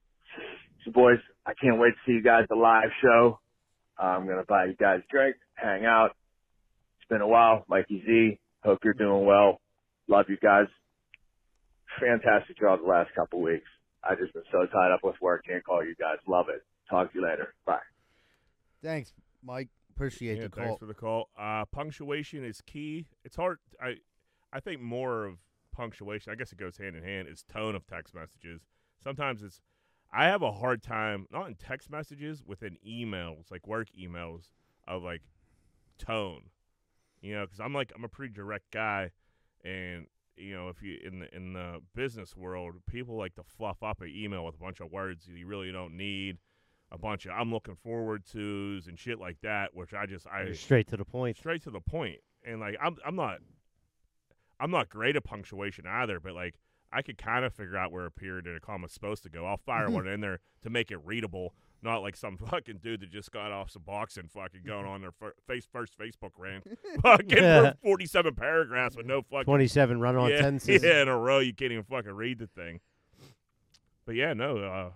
S7: So, boys, I can't wait to see you guys at the live show. I'm gonna buy you guys a drink, hang out. It's been a while, Mikey Z. Hope you're doing well. Love you guys. Fantastic job the last couple weeks. I've just been so tied up with work. Can't call you guys. Love it. Talk to you later. Bye.
S1: Thanks, Mike. Appreciate
S3: Yeah,
S1: the
S3: thanks
S1: call.
S3: for the call. Uh, punctuation is key. It's hard. I I think more of punctuation. I guess it goes hand in hand. Is tone of text messages. Sometimes it's. I have a hard time not in text messages within emails, like work emails, of like tone. You know, because I'm like I'm a pretty direct guy, and you know if you in the in the business world, people like to fluff up an email with a bunch of words you really don't need. A bunch of I'm looking forward to's and shit like that, which I just I
S2: You're straight to the point.
S3: straight to the point. And like I'm I'm not I'm not great at punctuation either, but like I could kind of figure out where a period and a comma's supposed to go. I'll fire one in there to make it readable, not like some fucking dude that just got off some boxing fucking going on their fir- face first Facebook rant, fucking for 47 paragraphs with no fucking
S2: 27 run on
S3: yeah,
S2: sentences.
S3: Yeah, in a row, you can't even fucking read the thing. But yeah, no, uh,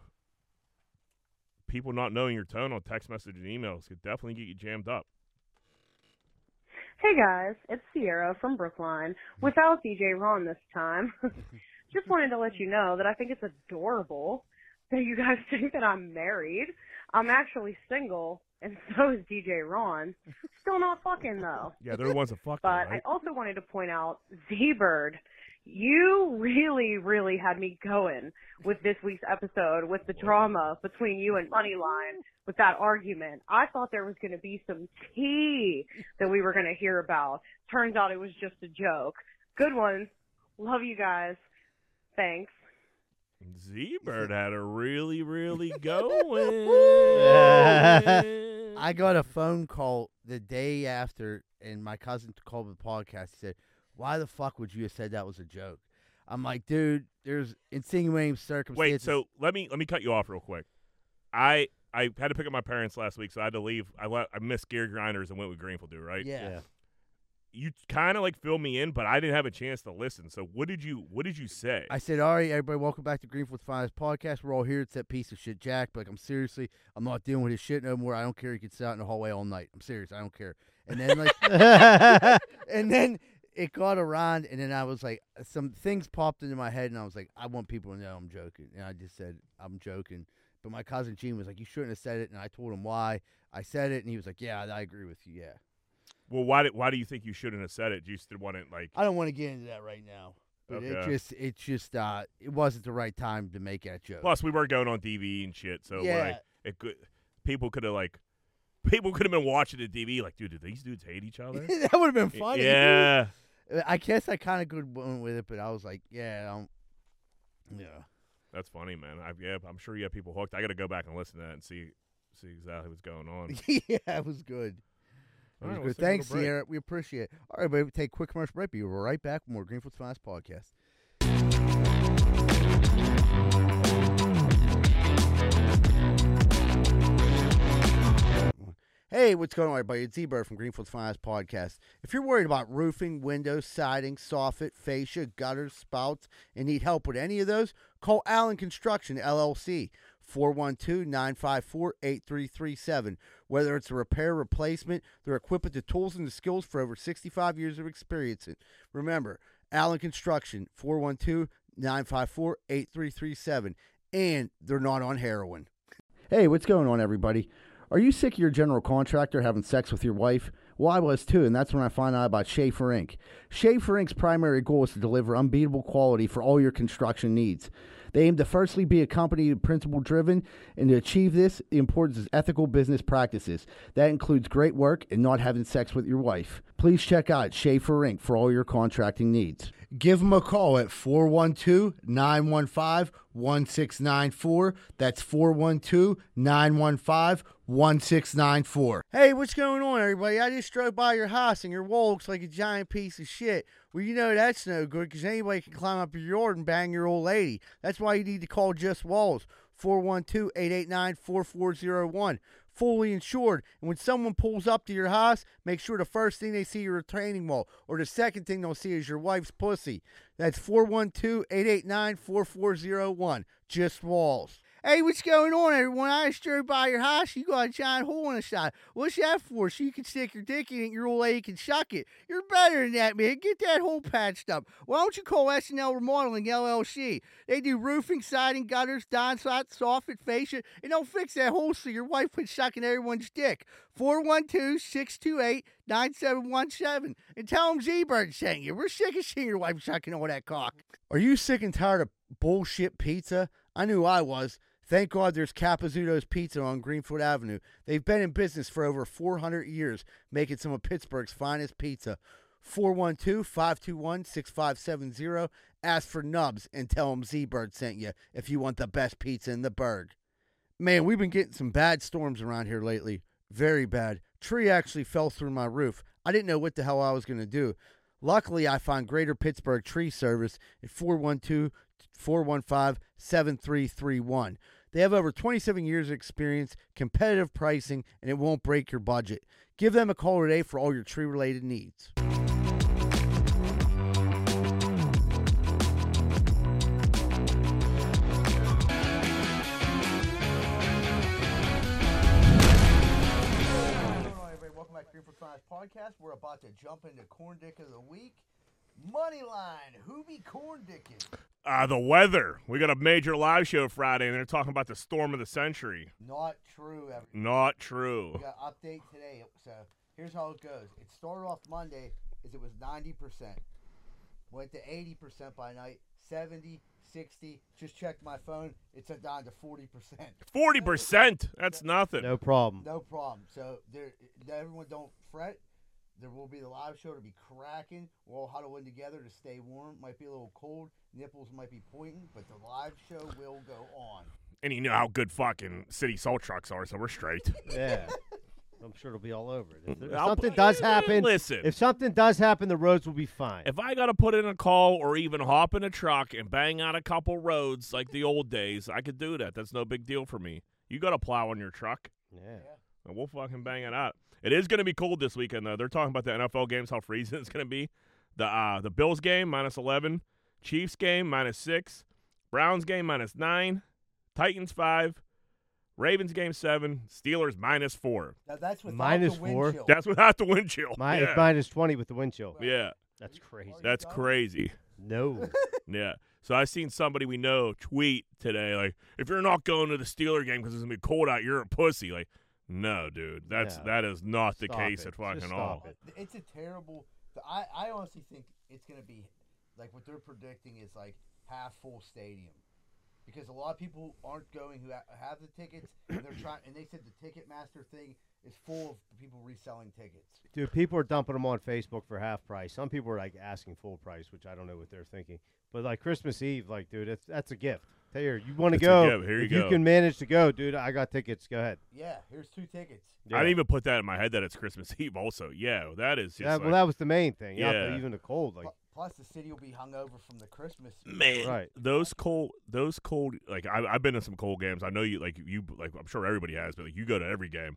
S3: people not knowing your tone on text message and emails could definitely get you jammed up.
S8: Hey guys, it's Sierra from Brookline without DJ Ron this time. Just wanted to let you know that I think it's adorable that you guys think that I'm married. I'm actually single, and so is DJ Ron. Still not fucking though.
S3: Yeah, they're the ones that fucked.
S8: But I
S3: right?
S8: also wanted to point out Z-Bird. You really, really had me going with this week's episode with the drama between you and Moneyline with that argument. I thought there was going to be some tea that we were going to hear about. Turns out it was just a joke. Good one. Love you guys. Thanks.
S3: Z Bird had a really, really going.
S1: I got a phone call the day after, and my cousin called the podcast. He said, "Why the fuck would you have said that was a joke?" I'm like, dude, there's insinuating circumstances.
S3: Wait, so let me let me cut you off real quick. I I had to pick up my parents last week, so I had to leave. I le- I missed Gear Grinders and went with Greenfield, dude. Right?
S1: yeah.
S2: Yeah.
S3: You kind of like filled me in, but I didn't have a chance to listen. So what did you what did you say?
S1: I said, all right, everybody, welcome back to Greenfield's Finest Podcast. We're all here. It's that piece of shit, Jack. But like, I'm seriously, I'm not dealing with his shit no more. I don't care. He can sit out in the hallway all night. I'm serious. I don't care. And then like, and then it got around, and then I was like, some things popped into my head, and I was like, I want people to know I'm joking, and I just said I'm joking. But my cousin Gene was like, you shouldn't have said it, and I told him why I said it, and he was like, yeah, I agree with you, yeah.
S3: Well, why did why do you think you shouldn't have said it? Do you still want it like?
S1: I don't want to get into that right now, but it
S3: Okay.
S1: just, it just, uh, it wasn't the right time to make that joke.
S3: Plus, we were going on DV and shit, so
S1: Yeah.
S3: like it could people could have like people could have been watching the DV like, dude, do these dudes hate each other?
S1: that would have been funny. dude.
S3: yeah.
S1: Uh, I guess I kind of could went with it, but I was like, yeah, I don't, yeah.
S3: That's funny, man. I, yeah, I'm sure you have people hooked. I got to go back and listen to that and see see exactly what's going on.
S1: yeah, it was good. It
S3: All
S1: was
S3: right,
S1: good.
S3: let's take a little
S1: Thanks,
S3: break.
S1: Sierra. We appreciate it. All right, but we take a quick commercial break. Be right back with more Greenfield's Finest Podcast. Hey, what's going on, everybody? It's Z-Bird from Greenfield's Finest Podcast. If you're worried about roofing, windows, siding, soffit, fascia, gutters, spouts, and need help with any of those, call Allen Construction, LLC, 412-954-8337. Whether it's a repair, replacement, they're equipped with the tools and the skills for over 65 years of experience. in. Remember, Allen Construction, 412-954-8337. And they're not on heroin. Hey, what's going on, everybody? Are you sick of your general contractor having sex with your wife? Well, I was too, and that's when I found out about Schaefer Inc. Schaefer Inc.'s primary goal is to deliver unbeatable quality for all your construction needs. They aim to firstly be a company principle driven, and to achieve this, the importance is ethical business practices. That includes great work and not having sex with your wife. Please check out Schaefer Inc. for all your contracting needs. Give them a call at 412 915 1694. That's 412 915 1694. Hey, what's going on, everybody? I just drove by your house and your wall looks like a giant piece of shit. Well, you know that's no good because anybody can climb up your yard and bang your old lady. That's why you need to call Just Walls 412 889 4401. Fully insured, and when someone pulls up to your house, make sure the first thing they see is your retaining wall, or the second thing they'll see is your wife's pussy. That's 412 889 4401. Just Walls. Hey, what's going on, everyone? I just drove by your house. You got a giant hole in the side. What's that for? So you can stick your dick in it, and your old lady can suck it. You're better than that, man. Get that hole patched up. Why don't you call SNL Remodeling LLC? They do roofing, siding, gutters, downspout, soffit, fascia, and they'll fix that hole so your wife quits sucking everyone's dick. 412 628 9717 and tell them Z-Bird sent you. We're sick of seeing your wife sucking all that cock. Are you sick and tired of bullshit pizza? I knew I was. Thank God there's Capizzuto's Pizza on Greenfield Avenue. They've been in business for over 400 years, making some of Pittsburgh's finest pizza. 412-521-6570. Ask for Nubs and tell them Z-Bird sent you if you want the best pizza in the burg. Man, we've been getting some bad storms around here lately. Very bad. Tree actually fell through my roof. I didn't know what the hell I was going to do. Luckily, I found Greater Pittsburgh Tree Service at 412 415 7331. They have over 27 years of experience, competitive pricing, and it won't break your budget. Give them a call today for all your tree related needs. Hello, everybody. Welcome back to Green for Science Podcast. We're about to jump into Corn Dick of the Week. Moneyline, who be Corn Dickin'?
S3: Uh, the weather. We got a major live show Friday, and they're talking about the storm of the century.
S1: Not true, everybody.
S3: Not true.
S1: We got an update today. So here's how it goes. It started off Monday is it was 90%. Went to 80% by night. 70, 60. Just checked my phone. It's down to 40%.
S3: Forty percent. That's nothing.
S2: No problem.
S1: No problem. So there, everyone don't fret. There will be the live show to be cracking. We'll all huddle in together to stay warm. Might be a little cold. Nipples might be pointing, but the live show will go on.
S3: And you know how good fucking city salt trucks are, so we're straight.
S2: Yeah. I'm sure it'll be all over it. If, there- if
S3: I'll
S2: something
S3: put-
S2: does happen,
S3: Listen.
S2: If something does happen, the roads will be fine.
S3: If I gotta put in a call or even hop in a truck and bang out a couple roads like the old days, I could do that. That's no big deal for me. You got a plow in your truck,
S2: yeah.
S3: and we'll fucking bang it out. It is gonna be cold this weekend though. They're talking about the NFL games, how freezing it's gonna be. The uh, the Bills game minus eleven, Chiefs game minus six, Browns game minus nine, Titans five, Ravens game seven, Steelers minus four.
S1: Now that's without
S2: Minus
S1: the wind
S2: four?
S1: chill.
S3: That's without the wind chill.
S2: My,
S3: yeah.
S2: It's minus 20 with the wind chill.
S3: yeah.
S2: That's crazy.
S3: That's crazy.
S2: no.
S3: Yeah. So I seen somebody we know tweet today like, if you're not going to the Steeler game because it's gonna be cold out, you're a pussy. Like, no, dude, that's
S2: No.
S3: that is not the
S2: Stop
S3: case
S2: it.
S3: at fucking
S2: Just
S3: all.
S2: stop it.
S1: Uh, It's a terrible. I, I honestly think it's going to be like what they're predicting is like half full stadium because a lot of people aren't going who ha- have the tickets and they're trying and they said the Ticketmaster thing is full of people reselling tickets.
S2: Dude, people are dumping them on Facebook for half price. Some people are like asking full price, which I don't know what they're thinking. But like Christmas Eve, like dude, that's that's a gift. Tell you, you want to
S3: It's a
S2: go?
S3: gift. Here you
S2: if
S3: go.
S2: you can manage to go, dude, I got tickets. Go ahead.
S1: Yeah, here's two tickets.
S3: I
S2: Yeah.
S3: didn't even put that in my head that it's Christmas Eve. Also, yeah, that is just
S2: That-
S3: like,
S2: well, that was the main thing. Yeah.
S3: Yeah.
S2: even the cold, like
S1: Pl- Plus, the city will be hung over from the Christmas.
S3: man.
S2: Right.
S3: Those cold, those cold. Like I, I've been in some cold games. I know you like you like. I'm sure everybody has, but like you go to every game.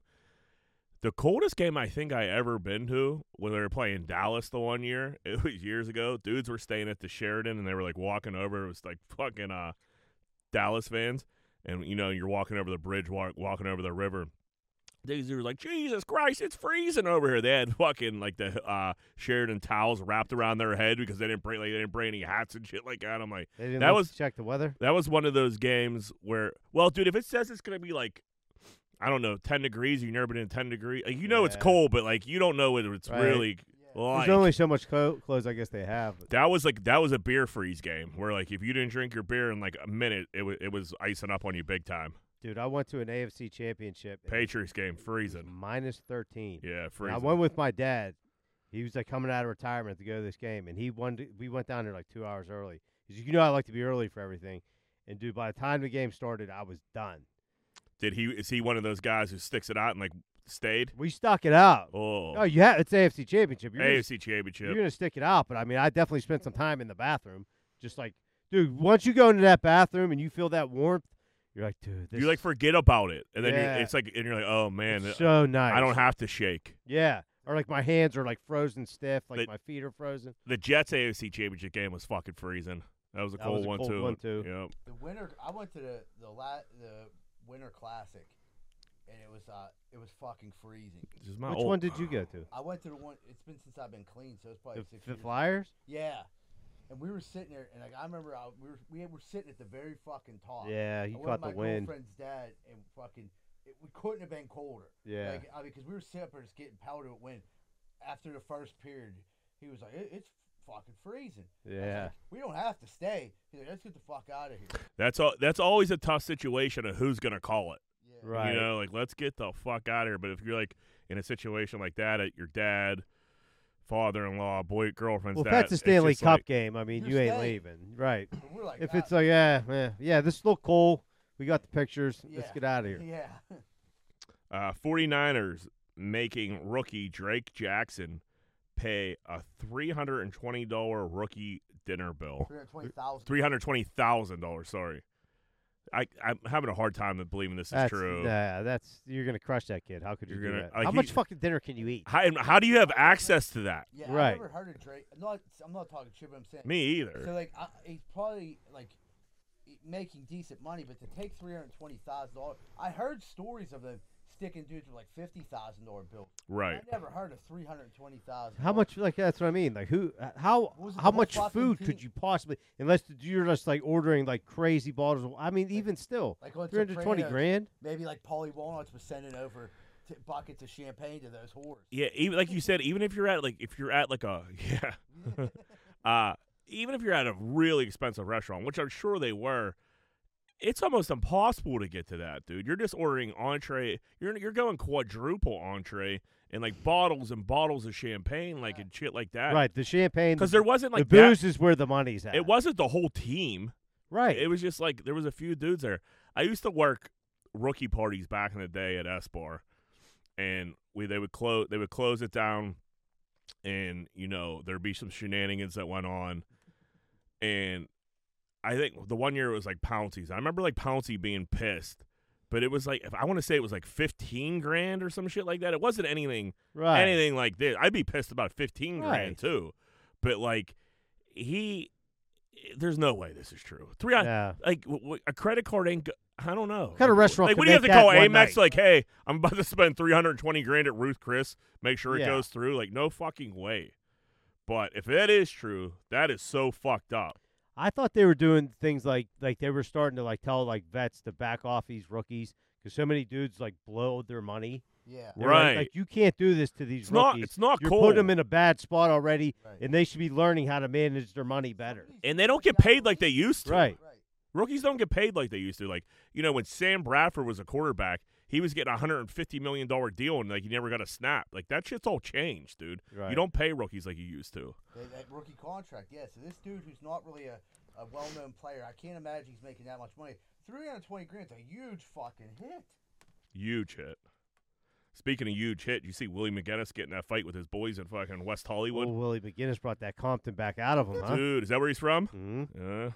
S3: The coldest game I think I ever been to when they were playing Dallas the one year, it was years ago. Dudes were staying at the Sheridan and they were like walking over. It was like fucking uh, Dallas fans, and you know you're walking over the bridge, walk, walking over the river. These dudes were like, Jesus Christ, it's freezing over here. They had fucking like the uh, Sheridan towels wrapped around their head because they didn't bring like they didn't bring any hats and shit like that. I'm like.
S2: they didn't
S3: that
S2: look to
S3: was-
S2: check the weather.
S3: That was one of those games where, well, dude, if it says it's gonna be like, I don't know, ten degrees, you've never been in ten degree. Like, you know it's
S2: Yeah.
S3: cold, but like you don't know whether it's
S2: Right.
S3: really like.
S2: There's only so much clo- clothes I guess they have. but-
S3: that was like that was a beer freeze game where like if you didn't drink your beer in like a minute, it was it was icing up on you big time.
S2: Dude, I went to an AFC championship. and it
S3: Patriots game
S2: was
S3: freezing,
S2: minus thirteen.
S3: yeah,
S2: And
S3: freezing.
S2: I went with my dad. He was like coming out of retirement to go to this game, and he won. We went down there like two hours early 'Cause you know I like to be early for everything. And dude, by the time the game started, I was done.
S3: Did he is he one of those guys who sticks it out and like stayed?
S2: We stuck it out.
S3: Oh,
S2: No, you have it's AFC championship. You're Gonna,
S3: AFC
S2: you're
S3: championship.
S2: gonna stick it out, but I mean, I definitely spent some time in the bathroom, just like, dude. Once you go into that bathroom and you feel that warmth, you're like, dude, this
S3: you like
S2: is
S3: forget about it, and then
S2: Yeah.
S3: you're, it's like and you're like, oh man,
S2: it's so nice.
S3: I don't have to shake.
S2: Yeah, or like my hands are like frozen stiff, like
S3: But-
S2: my feet are frozen.
S3: The Jets AFC Championship game was fucking freezing. That was a
S2: That
S3: cold
S2: was a
S3: one
S2: cold
S3: too.
S2: one, too.
S3: Yep.
S1: The winter. I went to the the la, the winter classic, and it was uh it was fucking freezing.
S3: This is my
S2: Which
S3: old-
S2: one did you go to?
S1: I went to the one. It's been since I've been clean, so it's probably
S2: The,
S1: six
S2: the
S1: years.
S2: Flyers.
S1: Yeah, and we were sitting there, and like I remember, I, we were we were sitting at the very fucking top.
S2: Yeah,
S1: And
S2: he
S1: one
S2: caught
S1: of my
S2: the wind.
S1: girlfriend's dad, and fucking, it, we couldn't have been colder.
S2: Yeah.
S1: like, I mean, because we were sitting up there just getting pelted with wind. After the first period, he was like, it, "It's fucking freezing." I was
S2: Yeah.
S1: like, we don't have to stay. He's like, "Let's get the fuck out of here."
S3: That's all. That's always a tough situation of who's gonna call it.
S1: Yeah.
S2: Right.
S3: You know, like let's get the fuck out of here. But if you're like in a situation like that, at your dad, father-in-law, boy, girlfriend's
S2: well, if
S3: dad.
S2: that's a
S3: it's
S2: Stanley
S3: just
S2: Cup
S3: like-
S2: game, I mean,
S1: You're
S2: you ain't
S1: staying.
S2: leaving, right?
S1: But we're like,
S2: If
S1: "Ah,
S2: it's like, yeah, man, yeah, this look cool. We got the pictures. Let's
S1: Yeah.
S2: get out of here.
S1: yeah,
S3: uh, 49ers making rookie Drake Jackson pay a three hundred and twenty dollar rookie dinner bill.
S1: three hundred twenty thousand.
S3: Three hundred twenty thousand dollars. Sorry, I I'm having a hard time believing this is
S2: That's,
S3: true.
S2: Nah, that's you're gonna crush that kid. How could you
S3: You're
S2: do
S3: gonna-
S2: that?
S3: like,
S2: How
S3: he-
S2: much fucking dinner can you eat?
S3: How, how do you have access to that?
S1: Yeah,
S2: Right.
S1: I've never heard of Drake. I'm not, I'm not talking shit, but I'm saying
S3: Me
S1: So
S3: either.
S1: like, I, he's probably like e- making decent money, but to take three hundred twenty thousand dollars, I heard stories of them sticking dudes with like fifty thousand dollar bills.
S3: Right.
S1: I never heard of three hundred twenty thousand.
S2: How much? Like that's what I mean. Like who? uh, How?
S1: Was it the
S2: How
S1: whole
S2: much
S1: fucking
S2: food
S1: team?
S2: could you possibly? Unless you're just like ordering like crazy bottles. of- I mean, even still,
S1: Like oh, on
S2: three hundred twenty
S1: Sopranos,
S2: grand.
S1: Maybe like Polly Walnuts was sending over t- buckets of champagne to those whores.
S3: Yeah. Even like you said, even if you're at like if you're at like a yeah, uh, even if you're at a really expensive restaurant, which I'm sure they were, it's almost impossible to get to that, dude. You're just ordering entree. You're you're going quadruple entree and like bottles and bottles of champagne, like and shit like that.
S2: Right. The champagne.
S3: Uh, Because
S2: the,
S3: there wasn't like
S2: the
S3: that-
S2: booze is where the money's at.
S3: It wasn't the whole team.
S2: right.
S3: It was just like there was a few dudes there. I used to work rookie parties back in the day at S Bar, and we they would close they would close it down, and you know there'd be some shenanigans that went on, and I think the one year it was like Pouncy's. I remember like Pouncy being pissed, but it was like if I want to say it was like fifteen grand or some shit like that. It wasn't anything
S2: right.
S3: anything like this. I'd be pissed about 15 grand
S2: Right.
S3: too. But like he there's no way this is true. 3 on
S2: Yeah.
S3: like w- w- a credit card ain't go- I don't know.
S2: What kind of restaurant
S3: like
S2: could
S3: what do you have to
S2: make
S3: call
S2: that
S3: Amex
S2: one night?
S3: like, "Hey, I'm about to spend 320 grand at Ruth Chris. Make sure it
S2: Yeah.
S3: goes through." Like no fucking way. But if it is true, that is so fucked up.
S2: I thought they were doing things like like they were starting to like tell like vets to back off these rookies because so many dudes like blow their money.
S1: Yeah.
S2: They were like-
S3: Right.
S2: Like, you can't do this to these
S3: It's
S2: rookies.
S3: not. It's not
S2: You're
S3: cool.
S2: putting them in a bad spot already,
S1: Right.
S2: and they should be learning how to manage their money better.
S3: and they don't get paid like they used to.
S2: Right.
S3: Rookies don't get paid like they used to. Like you know, when Sam Bradford was a quarterback, he was getting a hundred and fifty million dollar deal, and like he never got a snap. Like that shit's all changed, dude.
S2: Right.
S3: You don't pay rookies like you used to.
S1: That, that rookie contract, yeah. So this dude who's not really a, a well known player, I can't imagine he's making that much money. Three hundred twenty grand's a huge fucking hit.
S3: Huge hit. Speaking of huge hit, you see Willie McGinnis getting that fight with his boys in fucking West Hollywood.
S2: Old Oh, Willie McGinnis brought that Compton back out of him, huh?
S3: Dude, is that where he's from?
S2: hmm
S3: Uh,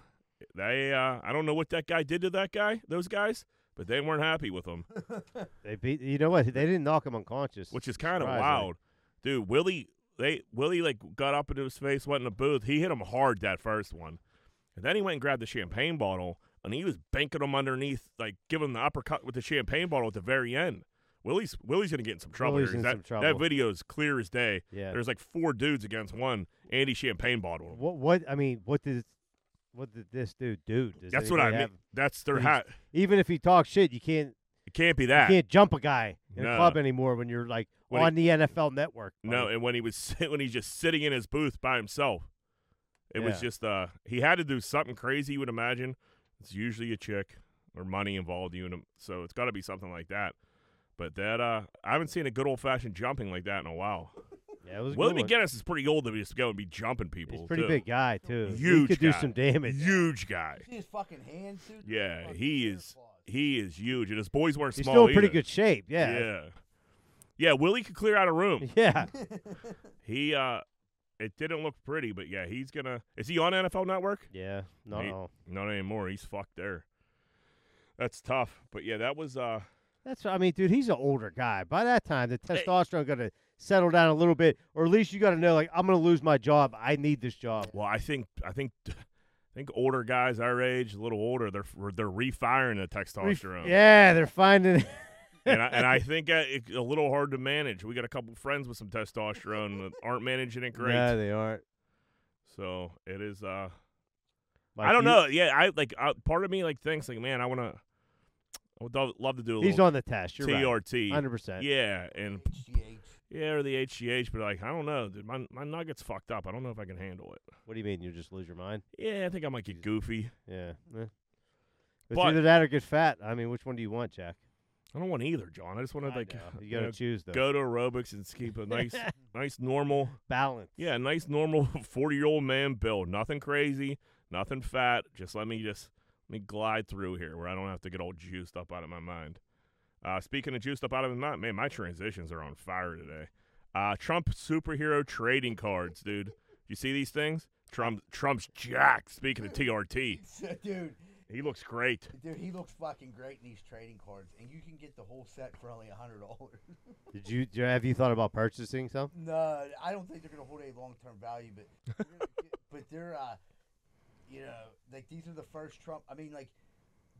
S3: they, uh, I don't know what that guy did to that guy, those guys, but they weren't happy with him,
S2: They beat. You know what? They didn't knock him unconscious,
S3: which is kind of
S2: Surprising.
S3: wild, dude. Willie, they Willie like got up into his face, went in the booth. He hit him hard that first one, and then he went and grabbed the champagne bottle, and he was banking him underneath, like giving him the uppercut with the champagne bottle at the very end. Willie's Willie's gonna get in some trouble.
S2: Willie's
S3: here.
S2: in
S3: that,
S2: some trouble.
S3: That video is clear as day.
S2: Yeah.
S3: There's like four dudes against one. Andy champagne bottle. him.
S2: What? What? I mean, what did? What did this dude do? Does
S3: That's what I
S2: anybody
S3: mean.
S2: have-
S3: That's their
S2: He's-
S3: hat.
S2: Even if he talks shit, you can't.
S3: It can't be
S2: You
S3: that.
S2: can't jump a guy in a
S3: No.
S2: club anymore when you're like
S3: When he-
S2: on the NFL Network.
S3: No,
S2: buddy.
S3: and when he was sit- when he's just sitting in his booth by himself, it was
S2: Yeah.
S3: just uh he had to do something crazy. You would imagine it's usually a chick or money involved. You know, so it's got to be something like that. But that uh I haven't seen a good old fashioned jumping like that in a while.
S2: yeah, it was a
S3: Willie
S2: good one.
S3: McGinnis is pretty old to be just go and be jumping people.
S2: He's a pretty
S3: too.
S2: big guy too. he
S3: Huge
S2: could do
S3: guy.
S2: some damage.
S3: huge guy.
S1: You see his fucking hands, dude. Those
S3: Yeah,
S1: fucking
S3: he
S1: hair
S3: is-
S1: claws.
S3: He is huge, and his boys weren't
S2: He's
S3: small.
S2: still in pretty
S3: either.
S2: good shape. Yeah.
S3: yeah, yeah. Willie could clear out a room.
S2: Yeah.
S3: He uh, it didn't look pretty, but yeah, he's gonna. Is he on NFL Network?
S2: Yeah. No.
S3: He- Not anymore. He's fucked there. That's tough. But yeah, that was uh
S2: That's what I mean, dude. He's an older guy. By that time, the testosterone gonna settle down a little bit, or at least you gotta know, like, I'm gonna lose my job. I need this job.
S3: well, I think I think I think older guys our age, a little older, they're they're refiring the
S2: Ref-
S3: testosterone.
S2: Yeah, they're finding.
S3: And I, and I think uh, it's a little hard to manage. We got a couple friends with some testosterone that aren't managing it great.
S2: No, they aren't.
S3: So it is uh
S2: Like,
S3: I don't
S2: you-
S3: know. Yeah, I like uh, part of me like thinks like man, I want to I would love- love to do a
S2: He's
S3: little
S2: on the test. You're right.
S3: TRT.
S2: Hundred percent.
S3: E. Yeah, and
S1: HGH.
S3: yeah, or the HGH, but like I don't know, dude. My my nuggets fucked up. I don't know if I can handle it.
S2: What do you mean? You just lose your mind?
S3: Yeah, I think I might get goofy.
S2: Yeah. eh. It's
S3: But-
S2: either that or get fat. I mean, which one do you want, Jack?
S3: I don't want either, John. I just want to
S2: I
S3: like
S2: know. you
S3: you
S2: gotta
S3: know,
S2: choose though.
S3: go to aerobics and keep a nice, nice normal.
S2: Balance.
S3: Yeah, nice normal forty-year-old man build. Nothing crazy, nothing fat. Just let me just let me glide through here where I don't have to get all juiced up out of my mind. Uh, speaking of juiced up out of my mind, man, my transitions are on fire today. Uh, Trump superhero trading cards, dude. You see these things? Trump Trump's jacked. Speaking of TRT,
S1: dude,
S3: he looks great.
S1: dude, he looks fucking great in these trading cards, and you can get the whole set for only a hundred dollars.
S2: Did you, do- have you thought about purchasing some?
S1: No, I don't think they're gonna hold any long term value, but they're gonna get- but they're uh, you know, like these are the first Trump. I mean, like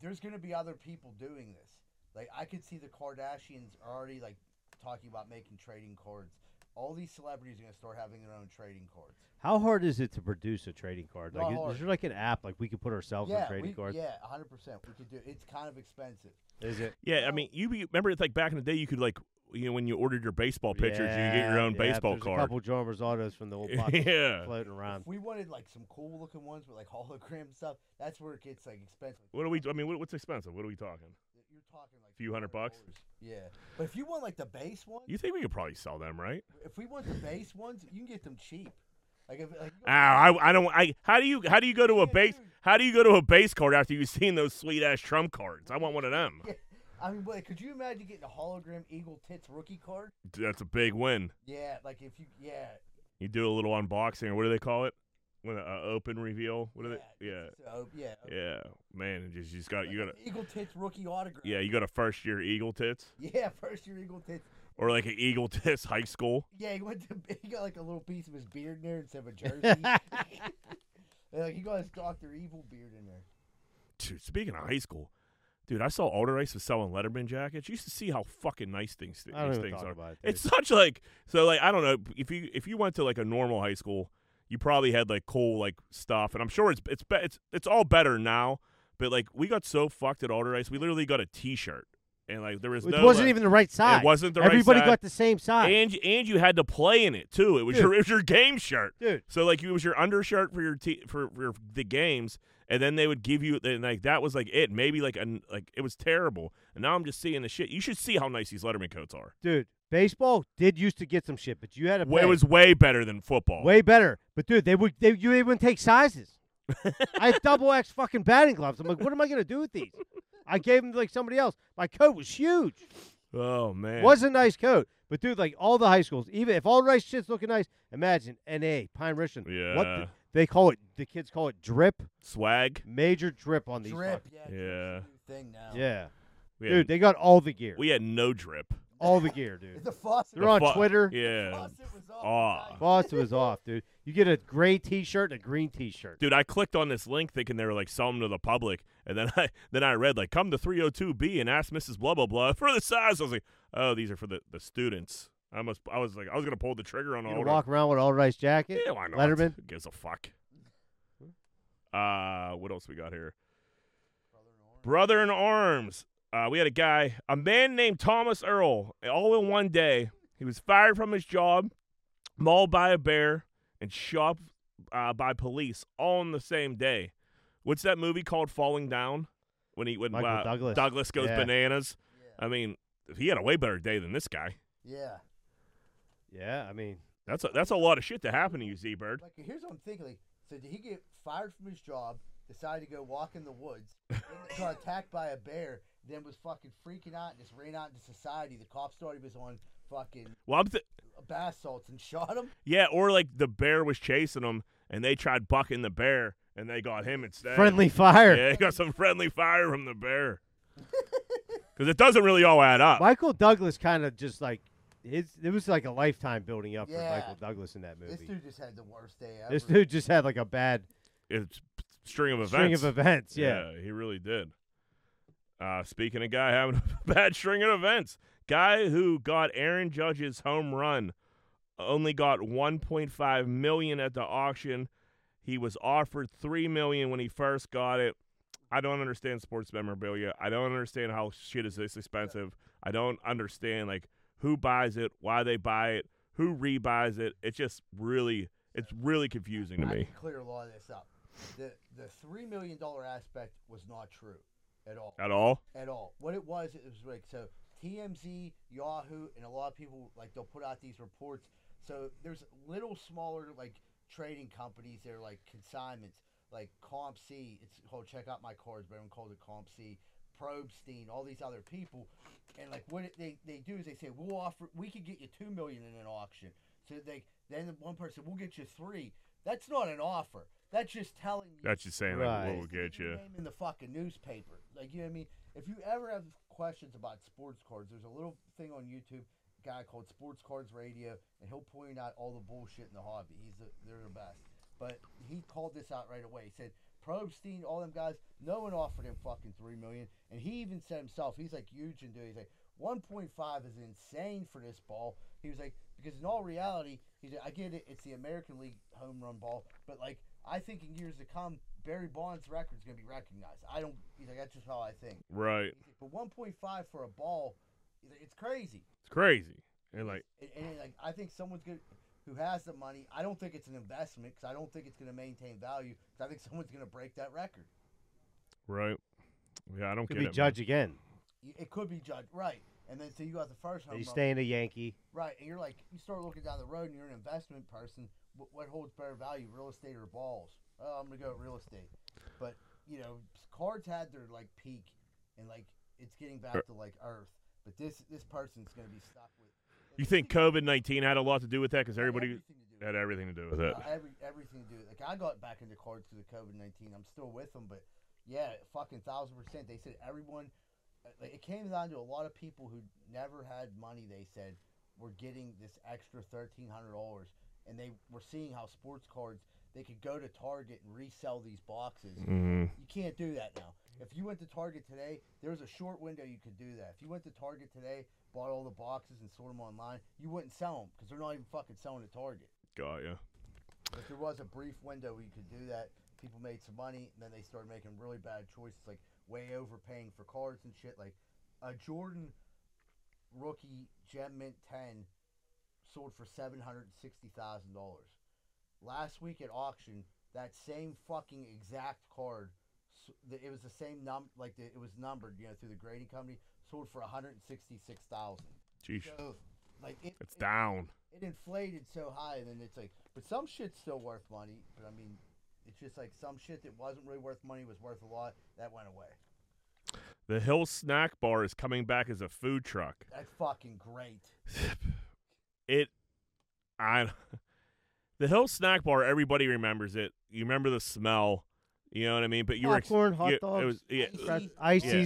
S1: there's gonna be other people doing this. Like I could see the Kardashians are already like talking about making trading cards. All these celebrities are gonna start having their own trading cards.
S2: How hard is it to produce a trading card?
S1: Not
S2: Like, is-
S1: hard.
S2: is there like an app like we could put ourselves
S1: yeah,
S2: on trading
S1: we,
S2: cards?
S1: yeah, 100. percent We could do. It's kind of expensive.
S2: Is it?
S3: Yeah, I mean, you be, remember it's like back in the day, you could like, you know, when you ordered your baseball pictures, you get your
S2: Yeah,
S3: own
S2: yeah,
S3: baseball
S2: there's
S3: card.
S2: A couple John Rosados from the old box
S3: Yeah.
S2: floating around.
S1: If we wanted like some cool looking ones with like hologram stuff, that's where it gets like expensive.
S3: What are we? I mean, what, what's expensive? What are we talking?
S1: You're talking like
S3: Few hundred bucks?
S1: $400. Yeah, but if you want like the base one,
S3: You think we could probably sell them, right?
S1: If we want the base ones, you can get them cheap. Like, if, like
S3: Oh, I, I don't. I how do you how do you go to a
S1: Yeah,
S3: base
S1: dude.
S3: how do you go to a base card after you've seen those sweet ass trump cards? I want one of them.
S1: Yeah. I mean, but could you imagine getting a hologram Eagle Tits rookie card?
S3: Dude, That's a big win.
S1: Yeah, like if you, yeah,
S3: You do a little unboxing or what do they call it? When uh, open reveal? What are they? Yeah,
S1: so, yeah,
S3: yeah. Man, it just you just got you got to
S1: Eagle Tits rookie autograph.
S3: yeah you got a first year eagle tits
S1: yeah, first year Eagle Tits.
S3: or like an eagle tits high school.
S1: Yeah, he went to, he got like a little piece of his beard in there instead of a jersey. And, like he got his Doctor Evil beard in there.
S3: Dude, speaking of high school, dude, I saw Alderice was selling Letterman jackets. You used to see how fucking nice things
S2: I don't
S3: these
S2: even
S3: things
S2: talk
S3: are.
S2: about it. dude.
S3: It's such like so like I don't know if you if you went to like a normal high school you probably had like cool like stuff, and I'm sure it's it's be- it's it's all better now. But like we got so fucked at Alder Ice, we literally got a T-shirt, and like there was
S2: It
S3: no
S2: wasn't
S3: like-
S2: even the right side.
S3: wasn't the right
S2: Everybody
S3: side.
S2: got the same side.
S3: and and you had to play in it too. It was
S2: Dude.
S3: your it was your game shirt.
S2: Dude,
S3: So like it was your undershirt for your te- for, for the games, and then they would give you and like that was like it. Maybe like an like it was terrible. And now I'm just seeing the shit. You should see how nice these Letterman coats are.
S2: dude, baseball did used to get some shit, but you had to.
S3: Way,
S2: pay.
S3: it was way better than football.
S2: way better. But dude, they would they you they wouldn't take sizes. I had double X fucking batting gloves. I'm like, what am I gonna do with these? I gave them to like somebody else. My coat was huge.
S3: oh man.
S2: Was a nice coat. But dude, like all the high schools, even if all the nice shit's looking nice, imagine NA, Pine Richland. What the-
S3: Yeah.
S2: they call it the kids call it drip,
S3: swag?
S2: major drip on these.
S1: Drip,
S2: fuck-
S1: yeah.
S3: Yeah.
S1: drip's a new Thing now.
S2: Yeah.
S3: We
S2: Dude,
S3: had,
S2: they got all the gear.
S3: we had no drip.
S2: all the gear, dude.
S1: The faucet.
S2: They're on
S3: Fu-
S2: Twitter.
S3: Yeah.
S1: faucet was
S3: Aw.
S1: off.
S2: Boss was off, dude. You get a gray t shirt and a green t shirt.
S3: Dude, I clicked on this link thinking they were like selling to the public, and then I then I read like come to 302B and ask Mrs. Blah blah blah for the size. I was like, oh, these are for the, the students. I must. I was like, I was gonna pull the trigger on
S2: You
S3: all
S2: gonna
S3: of them.
S2: walk around with an all rice jacket.
S3: Yeah, why not?
S2: Letterman.
S3: Who gives a fuck? Uh, what else we got here? Brother in arms. Uh, we had a guy, a man named Thomas Earl, all in one day. He was fired from his job, mauled by a bear, and shot uh, by police all on the same day. What's that movie called? Falling Down. When he when
S2: Michael
S3: uh,
S2: Douglas.
S3: goes
S2: Yeah.
S3: bananas. I mean, he had a way better day than this guy.
S1: Yeah.
S2: Yeah, I mean,
S3: That's a, that's a lot of shit to happen to you, Z Bird.
S1: Like here's what I'm thinking. Like, so did he get fired from his job? Decided to go walk in the woods. then got attacked by a bear. Then was fucking freaking out and just ran out into society. The cops thought he was on fucking
S3: Well, I'm th-
S1: bath salts and shot him.
S3: Yeah, or like the bear was chasing them and they tried bucking the bear and they got him instead.
S2: friendly fire.
S3: Yeah, he got some friendly fire from the bear. Because it doesn't really all add up.
S2: Michael Douglas kind of just like his. It was like a lifetime building up
S1: Yeah.
S2: for Michael Douglas in that movie.
S1: This dude just had the worst day ever.
S2: This dude just had like a bad
S3: It's a string of events.
S2: string of events. Yeah.
S3: he really did. Uh, speaking of guy having a bad string of events, guy who got Aaron Judge's home run only got 1.5 million at the auction. He was offered 3 million when he first got it. I don't understand sports memorabilia. I don't understand how shit is this expensive. I don't understand like who buys it, why they buy it, who rebuys it. It's just really it's really confusing to
S1: I
S3: me.
S1: can clear a lot of this up. The the three million dollar aspect was not true at all.
S3: At all?
S1: at all. What it was, it was like so TMZ, Yahoo, and a lot of people like they'll put out these reports. So there's little smaller like trading companies. They're like consignments, like Comp C. It's called Check Out My Cards, but everyone calls it Comp C. Probstein, all these other people, and like what it- they they do is they say we'll offer we could get you two million in an auction. So they then one person we'll get you three. That's not an offer. That's just telling you
S3: That's just saying like
S2: Right.
S3: what will get you.
S1: name in the fucking newspaper. Like you know what I mean? If you ever have questions about sports cards, there's a little thing on YouTube guy called Sports Cards Radio, and he'll point out all the bullshit in the hobby. He's the, they're the best. But he called this out right away. He said Probstein, all them guys, no one offered him fucking three million, and he even said himself, he's like huge and dude. He's like 1.5 is insane for this ball. He was like, because in all reality, he's like, I get it, it's the American League home run ball, but like, I think in years to come, Barry Bonds' record's gonna be recognized. I don't, he's like, that's just how I think.
S3: Right.
S1: He's like, but 1.5 for a ball, he's like, it's crazy.
S3: It's crazy. And like,
S1: And, and like, I think someone's gonna, who has the money, I don't think it's an investment because I don't think it's gonna maintain value. 'cause I think someone's gonna break that record.
S3: right. Yeah, I don't
S2: Could
S3: get
S2: be
S3: it.
S2: Judge again.
S1: Y- It could be judged right, and then so you got the first home
S2: He's
S1: run.
S2: staying a Yankee.
S1: Right, and you're like, you start looking down the road, and you're an investment person. What, what holds better value, real estate or balls? Oh, I'm gonna go real estate. But you know, s- cards had their like peak, and like it's getting back to like Earth. But this this person's gonna be stuck with.
S3: Man. You think COVID 19 had a lot to do with that because everybody
S1: Everything to do with
S3: had everything to do with
S1: it.
S3: it?
S1: Uh, every everything to do with it. like I got back into cards through the COVID nineteen. I'm still with them, but yeah, fucking thousand percent. They said everyone. uh, Like it came down to a lot of people who never had money. They said were getting this extra thirteen hundred dollars, and they were seeing how sports cards they could go to Target and resell these boxes.
S3: Mm.
S1: You can't do that now. If you went to Target today, there was a short window you could do that. If you went to Target today, bought all the boxes and sold them online, you wouldn't sell them because they're not even fucking selling at Target.
S3: Got ya.
S1: But there was a brief window where you could do that. People made some money, and then they started making really bad choices, like way overpaying for cards and shit. Like a Jordan rookie gem mint ten sold for seven hundred sixty thousand dollars. Last week at auction, that same fucking exact card, s- the- it was the same num like the, it was numbered, you know, through the grading company, sold for one hundred sixty six thousand.
S3: Jeez,
S1: So, like it,
S3: it's
S1: it-
S3: down.
S1: it inflated so high, and then it's like, but some shit's still worth money. But I mean, it's just like some shit that wasn't really worth money was worth a lot. That went away.
S3: The Hill Snack Bar is coming back as a food truck.
S1: That's fucking great.
S3: it I the Hill Snack Bar, everybody remembers it. You remember the smell, you know what I mean? But you were
S2: Popcorn,
S3: ex-
S2: hot
S3: you-
S2: dogs.
S3: It was, yeah,
S1: Icy-
S2: Pret-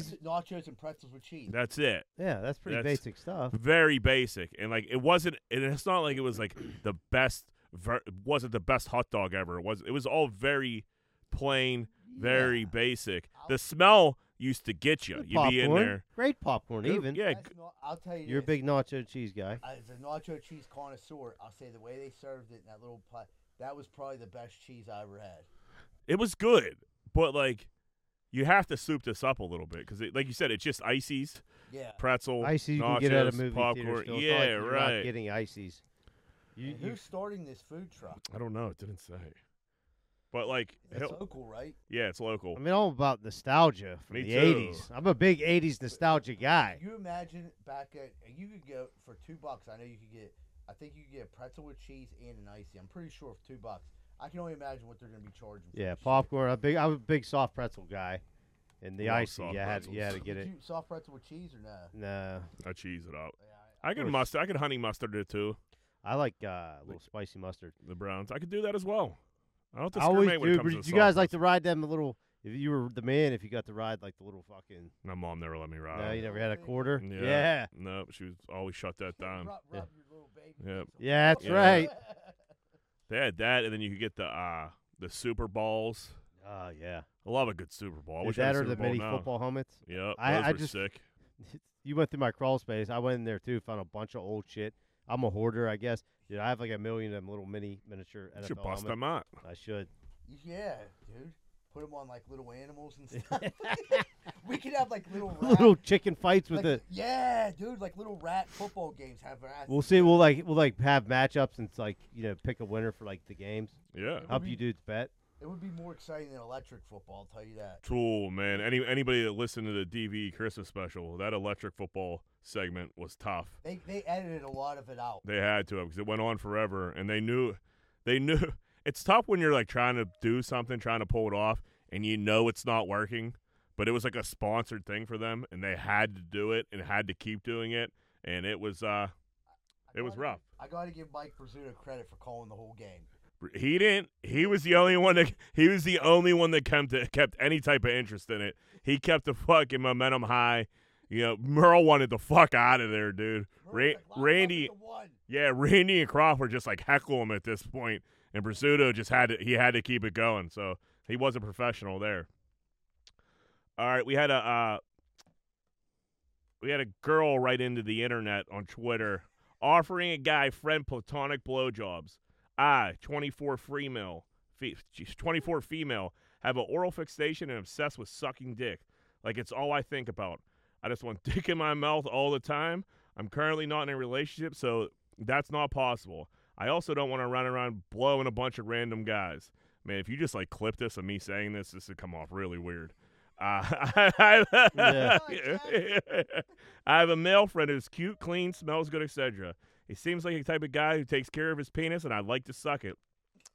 S2: ices.
S1: nachos, and pretzels with cheese.
S3: that's it.
S2: Yeah, that's pretty
S3: That's-
S2: basic stuff.
S3: Very basic, and like it wasn't. And it's not like it was like the best. Ver- it wasn't the best hot dog ever. It was. It was all very plain, very basic. The smell used to get you.
S2: Good
S3: You'd be in
S2: popcorn.
S3: there.
S2: Great popcorn, even.
S3: yeah,
S1: That's no- I'll tell you,
S2: You're a
S1: this.
S2: big nacho cheese guy.
S1: As a nacho cheese connoisseur, I'll say the way they served it in that little pot, that was probably the best cheese I ever had.
S3: it was good, but like you have to soup this up a little bit because, like you said, it's just ices.
S1: Yeah.
S3: pretzel.
S2: Ices you can get at a
S3: nachos,
S2: movie theater.
S3: popcorn.
S2: Still. It's not
S3: Yeah,
S2: like you're not
S3: right.
S2: getting ices. You,
S1: And
S2: you,
S1: who's starting this food truck?
S3: I don't know. It didn't say. But like,
S1: It's
S3: hell-
S1: local, right?
S3: yeah, it's local.
S2: I mean, all about nostalgia from
S3: Me
S2: the
S3: too.
S2: '80s. I'm a big '80s nostalgia guy.
S1: You imagine back at you could go for two bucks. I know you could get. I think you could get a pretzel with cheese and an icy. I'm pretty sure for two bucks. I can only imagine what they're going to be charging. For
S2: Yeah,
S1: this shit.
S2: popcorn. I'm a big. I'm a big soft pretzel guy, and the
S3: Love
S2: icy.
S3: soft
S2: Yeah, had, you had to
S3: pretzels.
S2: get
S1: Would
S2: it.
S1: you soft pretzel with cheese or no?
S2: No,
S3: I cheese it up.
S1: Yeah, I-
S3: I could
S2: course.
S3: mustard. I could honey mustard it too.
S2: I like uh, a little spicy mustard.
S3: The Browns. I could do that as well. I don't
S2: I always
S3: discriminate when it
S2: do.
S3: comes
S2: But
S3: to
S2: you
S3: the
S2: guys
S3: sauces.
S2: like to ride them a little. If you were the man, if you got to ride like the little fucking.
S3: My mom never let me ride.
S2: no, you never had a
S1: Yeah.
S2: quarter.
S3: Uh, Yeah. No, she was always shut that down.
S1: Rub,
S2: Yeah.
S1: rub your little baby. face
S3: Yep.
S1: on
S2: Yeah,
S1: it.
S2: that's right.
S3: They had that, and then you could get the uh the super balls.
S2: Oh yeah.
S3: I love a good super ball. I
S2: Dude,
S3: wish I had
S2: that
S3: a
S2: or
S3: super
S2: the
S3: bowl
S2: mini
S3: now.
S2: football helmets.
S3: Yep,
S2: I-
S3: those
S2: I
S3: were
S2: just-
S3: sick.
S2: you went through my crawl space. I went in there too, found a bunch of old shit. I'm a hoarder, I guess. Dude, I have like a million of them little mini miniature
S3: You
S2: NFL
S3: should bust
S2: helmets.
S3: them out.
S2: I should.
S1: Yeah, dude. Put them on like little animals and stuff. we could have like little rat,
S2: little chicken fights with
S1: like,
S2: the.
S1: yeah, dude. Like little rat football games. Have rats.
S2: We'll see. We'll like we'll like have matchups and like you know pick a winner for like the games.
S3: Yeah.
S2: Help
S1: we-
S2: you dudes bet.
S1: It would be more exciting than electric football. I'll tell you that.
S3: Tool, man. Any anybody that listened to the DV Christmas special, that electric football segment was tough.
S1: They they edited a lot of it out.
S3: They had to because it went on forever, and they knew, they knew. It's tough when you're like trying to do something, trying to pull it off, and you know it's not working. But it was like a sponsored thing for them, and they had to do it and had to keep doing it, and it was uh,
S1: I
S3: it was
S1: gotta-
S3: rough.
S1: I got to give Mike Brazzuto credit for calling the whole game.
S3: He didn't. He was the only one that he was the only one that kept kept any type of interest in it. He kept the fucking momentum high. You know, Merle wanted the fuck out of there, dude. Ra-
S1: Murray's like, "Lock up
S3: Randy,
S1: at the one."
S3: yeah, Randy and Crawford just like heckle him at this point, and Pursuto just had to, he had to keep it going. So he was a professional there. All right, we had a uh, we had a girl right into the internet on Twitter offering a guy friend platonic blowjobs. I, 24 female, fe- geez, 24 female, have an oral fixation and obsessed with sucking dick. Like it's all I think about. I just want dick in my mouth all the time. I'm currently not in a relationship, so that's not possible. I also don't want to run around blowing a bunch of random guys. Man, if you just like clip this of me saying this, this would come off really weird. Uh, I,
S2: Yeah.
S3: I have a male friend who's cute, clean, smells good, etc. He seems like a type of guy who takes care of his penis, and I'd like to suck it.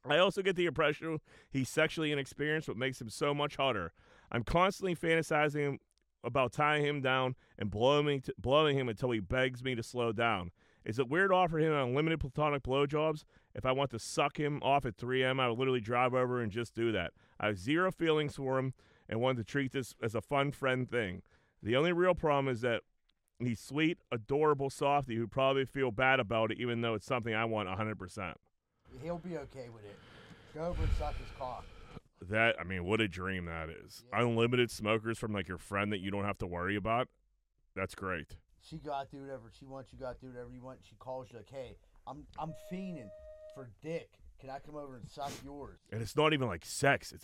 S3: I also get the impression he's sexually inexperienced, what makes him so much hotter. I'm constantly fantasizing about tying him down and blowing, me t- blowing him until he begs me to slow down. Is it weird to offer him unlimited platonic blowjobs? If I want to suck him off at 3M, I would literally drive over and just do that. I have zero feelings for him and wanted to treat this as a fun friend thing. The only real problem is that he's sweet, adorable softy who probably feel bad about it, even though it's something I want 100%.
S1: He'll be okay with it. Go over and suck his cock.
S3: That I mean, what a dream that is! Unlimited smokers from like your friend that you don't have to worry about. That's great.
S1: She got to do whatever she wants. You got to do whatever you want. She calls you like, "Hey, I'm I'm fiending for dick. Can I come over and suck yours?
S3: And it's not even like sex, it's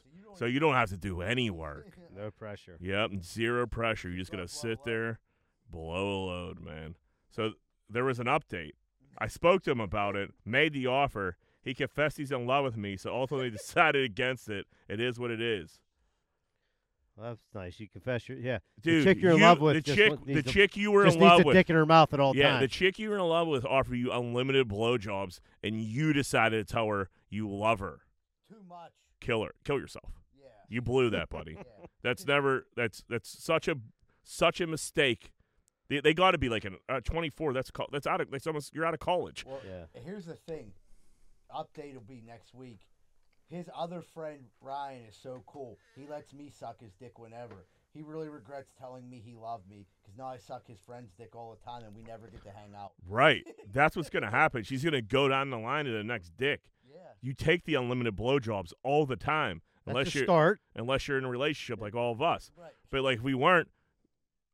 S1: So you don't
S3: So you don't have to do any work.
S2: No pressure.
S3: Yep, and zero pressure. You're just gonna sit there, blow a load, man. So there was an update. I spoke to him about it, made the offer. He confessed he's in love with me, so ultimately decided against it. It is what it is,
S2: Well, that's nice. You confess your yeah.
S3: dude.
S2: the chick you're in
S3: you-
S2: love with.
S3: the
S2: just
S3: chick,
S2: wa-
S3: the
S2: needs a-
S3: chick you were
S2: just
S3: in
S2: needs
S3: love
S2: a
S3: with.
S2: dick in her mouth at all
S3: yeah, the
S2: times.
S3: chick you were in love with offered you unlimited blowjobs, and you decided to tell her you love her.
S1: too much.
S3: Kill her. Kill yourself.
S1: Yeah.
S3: You blew that, buddy.
S1: Yeah.
S3: That's never. That's that's such a such a mistake. They, they got to be like an uh, 24. That's call, that's out of that's almost you're out of college.
S1: Well,
S2: Yeah.
S1: here's the thing. Update will be next week. His other friend Ryan is so cool. He lets me suck his dick whenever. He really regrets telling me he loved me because now I suck his friend's dick all the time and we never get to hang out.
S3: Right. That's what's gonna happen. She's gonna go down the line to the next dick.
S1: Yeah.
S3: You take the unlimited blowjobs all the time,
S2: That's
S3: unless
S2: the
S3: you're
S2: start.
S3: unless you're in a relationship like all of us.
S1: Right.
S3: But like if we weren't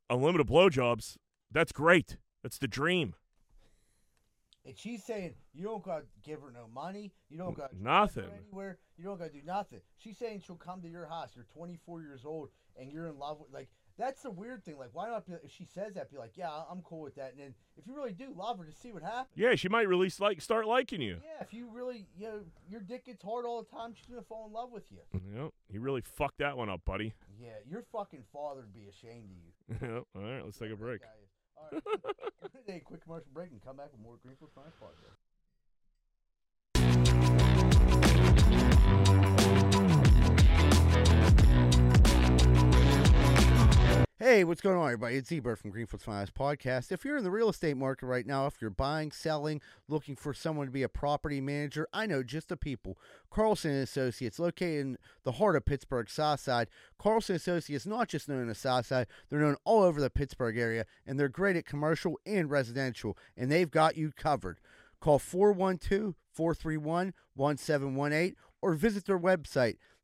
S3: unlimited blowjobs, that's great. That's the dream.
S1: And she's saying you don't gotta give her no money. You don't gotta drive her
S3: Nothing.
S1: anywhere. You don't gotta do nothing. She's saying she'll come to your house. You're 24 years old and you're in love with like that's the weird thing. Like why not? Be, if she says that, be like, yeah, I'm cool with that. And then if you really do love her, just see what happens.
S3: Yeah, she might really like start liking you.
S1: Yeah, if you really, you know, your dick gets hard all the time, she's gonna fall in love with you.
S3: Yep. You really fucked that one up, buddy.
S1: Yeah, your fucking father'd be ashamed of you.
S3: Yep. All right, let's take a break.
S1: All right, we're gonna take a quick commercial break and come back with more Greenfield Crimes Podcast. Hey, what's going on, everybody? It's Ebert from Greenfield's Finance Podcast. If you're in the real estate market right now, if you're buying, selling, looking for someone to be a property manager, I know just the people. Carlson and Associates, located in the heart of Pittsburgh South Side. Carlson Associates, not just known in the South Side, they're known all over the Pittsburgh area, and they're great at commercial and residential, and they've got you covered. Call 412 431 1718 or visit their website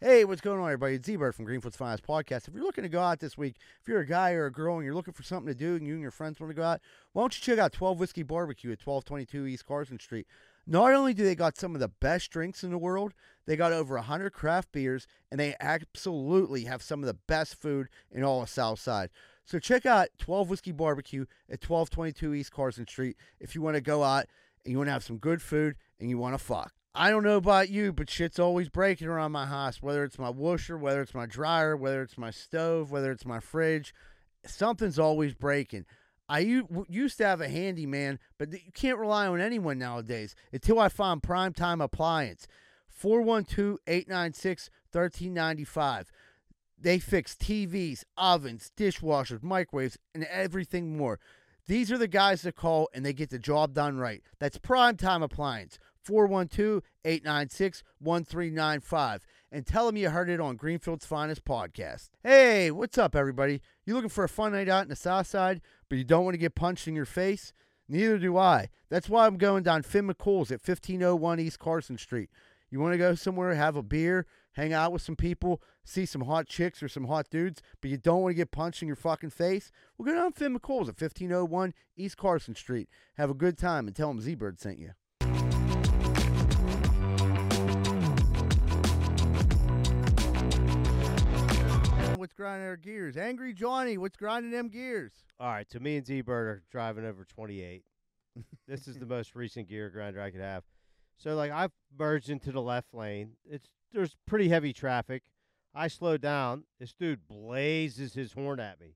S1: Hey, what's going on, everybody? It's Z-Bird from Greenfoot's Finest Podcast. If you're looking to go out this week, if you're a guy or a girl and you're looking for something to do and you and your friends want to go out, why don't you check out 12 Whiskey Barbecue at 1222 East Carson Street. Not only do they got some of the best drinks in the world, they got over 100 craft beers, and they absolutely have some of the best food in all of Southside. So check out 12 Whiskey Barbecue at 1222 East Carson Street if you want to go out and you want to have some good food and you want to fuck. I don't know about you, but shit's always breaking around my house, whether it's my washer, whether it's my dryer, whether it's my stove, whether it's my fridge. Something's always breaking. I u- w- used to have a handyman, but th- you can't rely on anyone nowadays until I found Primetime Appliance. 412 896 1395. They fix TVs, ovens, dishwashers, microwaves, and everything more. These are the guys that call and they get the job done right. That's Primetime Appliance, 412 896 1395. And tell them you heard it on Greenfield's Finest Podcast. Hey, what's up, everybody? You looking for a fun night out in the South Side, but you don't want to get punched in your face? Neither do I. That's why I'm going down Finn McCool's at 1501 East Carson Street. You want to go somewhere, have a beer, hang out with some people, see some hot chicks or some hot dudes, but you don't want to get punched in your fucking face? Well, go down to Finn McCool's at 1501 East Carson Street. Have a good time and tell them Z-Bird sent you. What's grinding our gears? Angry Johnny, what's grinding them gears?
S2: All right, so me and Z Bird are driving over 28. this is the most recent gear grinder I could have. So like I've merged into the left lane. It's there's pretty heavy traffic. I slow down. This dude blazes his horn at me.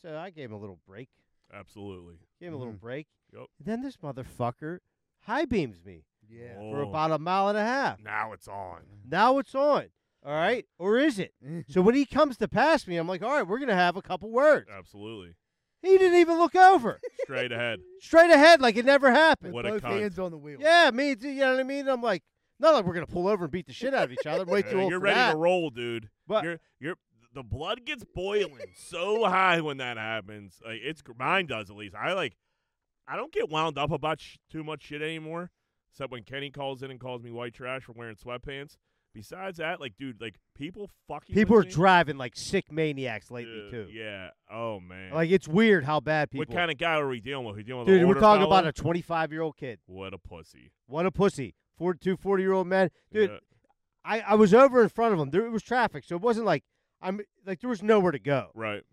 S2: So I gave him a little break.
S3: Absolutely.
S2: Gave him a little
S1: Mhm.
S2: break.
S3: Yep.
S2: Then this motherfucker high beams me
S1: Yeah.
S2: for
S3: Oh, Mm-hmm.
S2: about a mile and a half.
S3: now it's on.
S2: Now it's on. All right, or is it? So when he comes to pass me, I'm like, all right, we're gonna have a couple words.
S3: Absolutely.
S2: He didn't even look over.
S3: Straight ahead.
S2: Straight ahead, like it never happened.
S3: What a cunt.
S1: on the wheel.
S2: Yeah, me too. You know what I mean? I'm like, Not like we're gonna pull over and beat the shit out of each other. I'm way
S3: Uh,
S2: too old
S3: you're
S2: for
S3: ready
S2: that.
S3: to roll, dude.
S2: But
S3: you're you're the blood gets boiling so high when that happens. Like it's gr- mine does at least. I like I don't get wound up about sh- too much shit anymore. Except when Kenny calls in and calls me white trash for wearing sweatpants. Besides that, like dude, like people fucking
S2: people are
S3: with me-
S2: driving like sick maniacs lately
S3: Dude,
S2: too.
S3: Yeah. Oh man.
S2: Like it's weird how bad people.
S3: what kind of guy are we dealing with? We dealing with
S2: dude?
S3: An
S2: We're
S3: older
S2: talking
S3: fella?
S2: about a 25 year old kid.
S3: what a pussy.
S2: What a pussy. Four, two 40 year old men. Dude,
S3: Yeah.
S2: I, I was over in front of him. There was traffic, so it wasn't like I'm like there was nowhere to go.
S3: Right.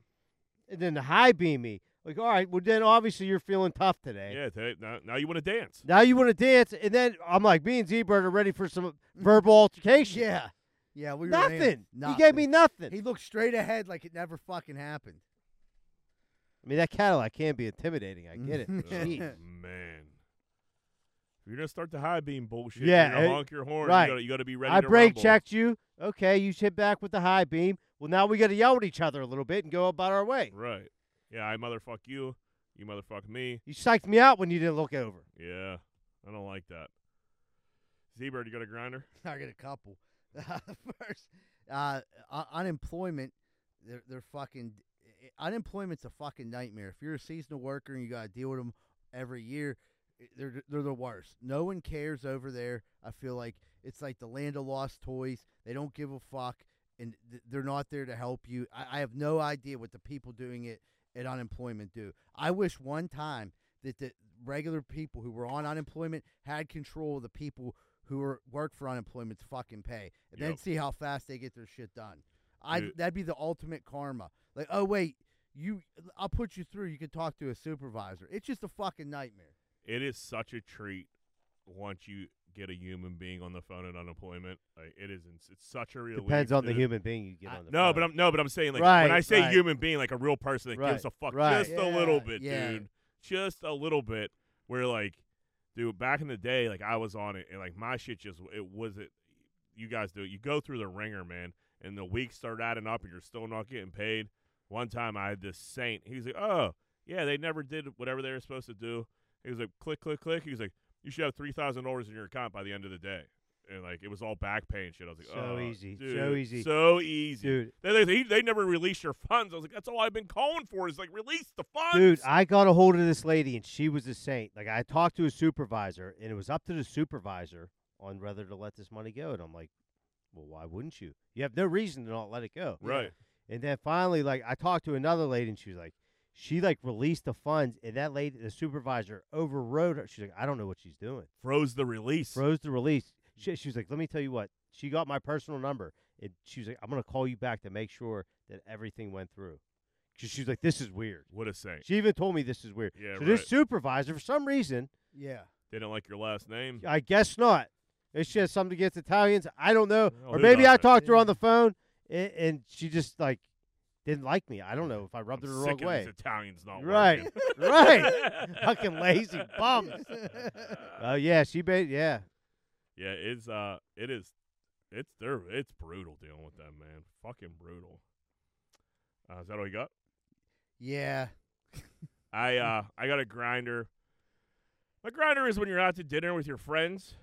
S2: And then the high beam me. Like, all right, well then obviously you're feeling tough today.
S3: Yeah. Today, now, now you want to dance?
S2: Now you want to dance, and then I'm like, me and Z Bird are ready for some verbal altercation.
S1: Mm-hmm. Yeah. Yeah, we were
S2: nothing.
S1: named
S2: He gave me nothing.
S1: He looked straight ahead like it never fucking happened.
S2: I mean, that Cadillac can be intimidating. I get it.
S3: Oh,
S2: Jeez.
S3: man. If you're gonna start the high beam bullshit,
S2: Yeah,
S3: you're gonna
S2: eh,
S3: honk your horn.
S2: right.
S3: You, gotta, you gotta be ready.
S2: I
S3: to
S2: brake
S3: rumble.
S2: checked you. Okay, you hit back with the high beam. Well, now we got to yell at each other a little bit and go about our way.
S3: Right. Yeah, I motherfuck you. You motherfuck me.
S2: You psyched me out when you didn't look over.
S3: Yeah, I don't like that. Z-Bird, you got a grinder?
S1: I got a couple. First, uh, un- unemployment. They're they're fucking eh, unemployment's a fucking nightmare. If you're a seasonal worker and you gotta deal with them every year, i- they're they're the worst. No one cares over there. I feel like it's like the land of lost toys. They don't give a fuck, and th- they're not there to help you. I, I have no idea what the people doing it at unemployment do. I wish one time that the regular people who were on unemployment had control of the people who were work for unemployment's fucking pay, and then
S3: Yep.
S1: see how fast they get their shit done. I
S3: Dude.
S1: that'd be the ultimate karma. Like, oh wait, you, I'll put you through. You can talk to a supervisor. It's just a fucking nightmare.
S3: It is such a treat once you get a human being on the phone at unemployment. Like, it is. ins- It's such a relief.
S2: Depends on the
S3: dude.
S2: human being you get
S3: I-
S2: on the
S3: no, but
S2: phone.
S3: I'm no, but I'm saying like
S2: Right,
S3: when I say
S2: right.
S3: human being, like a real person that gives
S2: Right,
S3: a fuck
S2: right.
S3: just a little
S1: Yeah,
S3: bit,
S1: yeah.
S3: dude, just a little bit. Where like, dude, back in the day, like I was on it, and like my shit just it wasn't. You guys do it. You go through the ringer, man, and the weeks start adding up, and you're still not getting paid. One time, I had this saint. He was like, "Oh, yeah, they never did whatever they were supposed to do." He was like, "Click, click, click." He was like, "You should have three thousand dollars in your account by the end of the day." And like it was all back pay and shit. I was like,
S2: So
S3: "Oh,
S2: easy, so
S3: dude,
S2: easy."
S3: so easy."
S2: dude,
S3: They, they, they never released your funds. I was like, that's all I've been calling for is like release the funds.
S2: dude, I got a hold of this lady and she was a saint. Like I talked to a supervisor and it was up to the supervisor on whether to let this money go. And I'm like, well, why wouldn't you? You have no reason to not let it go.
S3: right.
S2: And then finally, like I talked to another lady, and she was like, she like released the funds, and that lady, the supervisor, overrode her. She's like, I don't know what she's doing.
S3: Froze the release.
S2: Froze the release. She, she was like, let me tell you what. She got my personal number, and she was like, I'm gonna call you back to make sure that everything went through. 'Cause she was like, this is weird.
S3: What a saint.
S2: She even told me this is weird.
S3: Yeah,
S2: so this
S3: right.
S2: supervisor, for some reason,
S1: Yeah.
S3: They don't like your last name.
S2: I guess not. It's just something against Italians. I don't know.
S3: Well,
S2: or
S3: Oh, who
S2: maybe I
S3: doesn't?
S2: talked to her on the phone, and, and she just like didn't like me. I don't know if I rubbed
S3: I'm
S2: her the wrong
S3: sick of these
S2: way.
S3: Italians not
S2: Right,
S3: working.
S2: right. Fucking lazy bums. Oh yeah, she made yeah.
S3: Yeah, it's uh, it is, it's they're it's brutal dealing with that man. Fucking brutal. Uh, is that all you got?
S1: Yeah.
S2: Hmm.
S3: I uh I got a grinder. My grinder is when you're out to dinner with your friends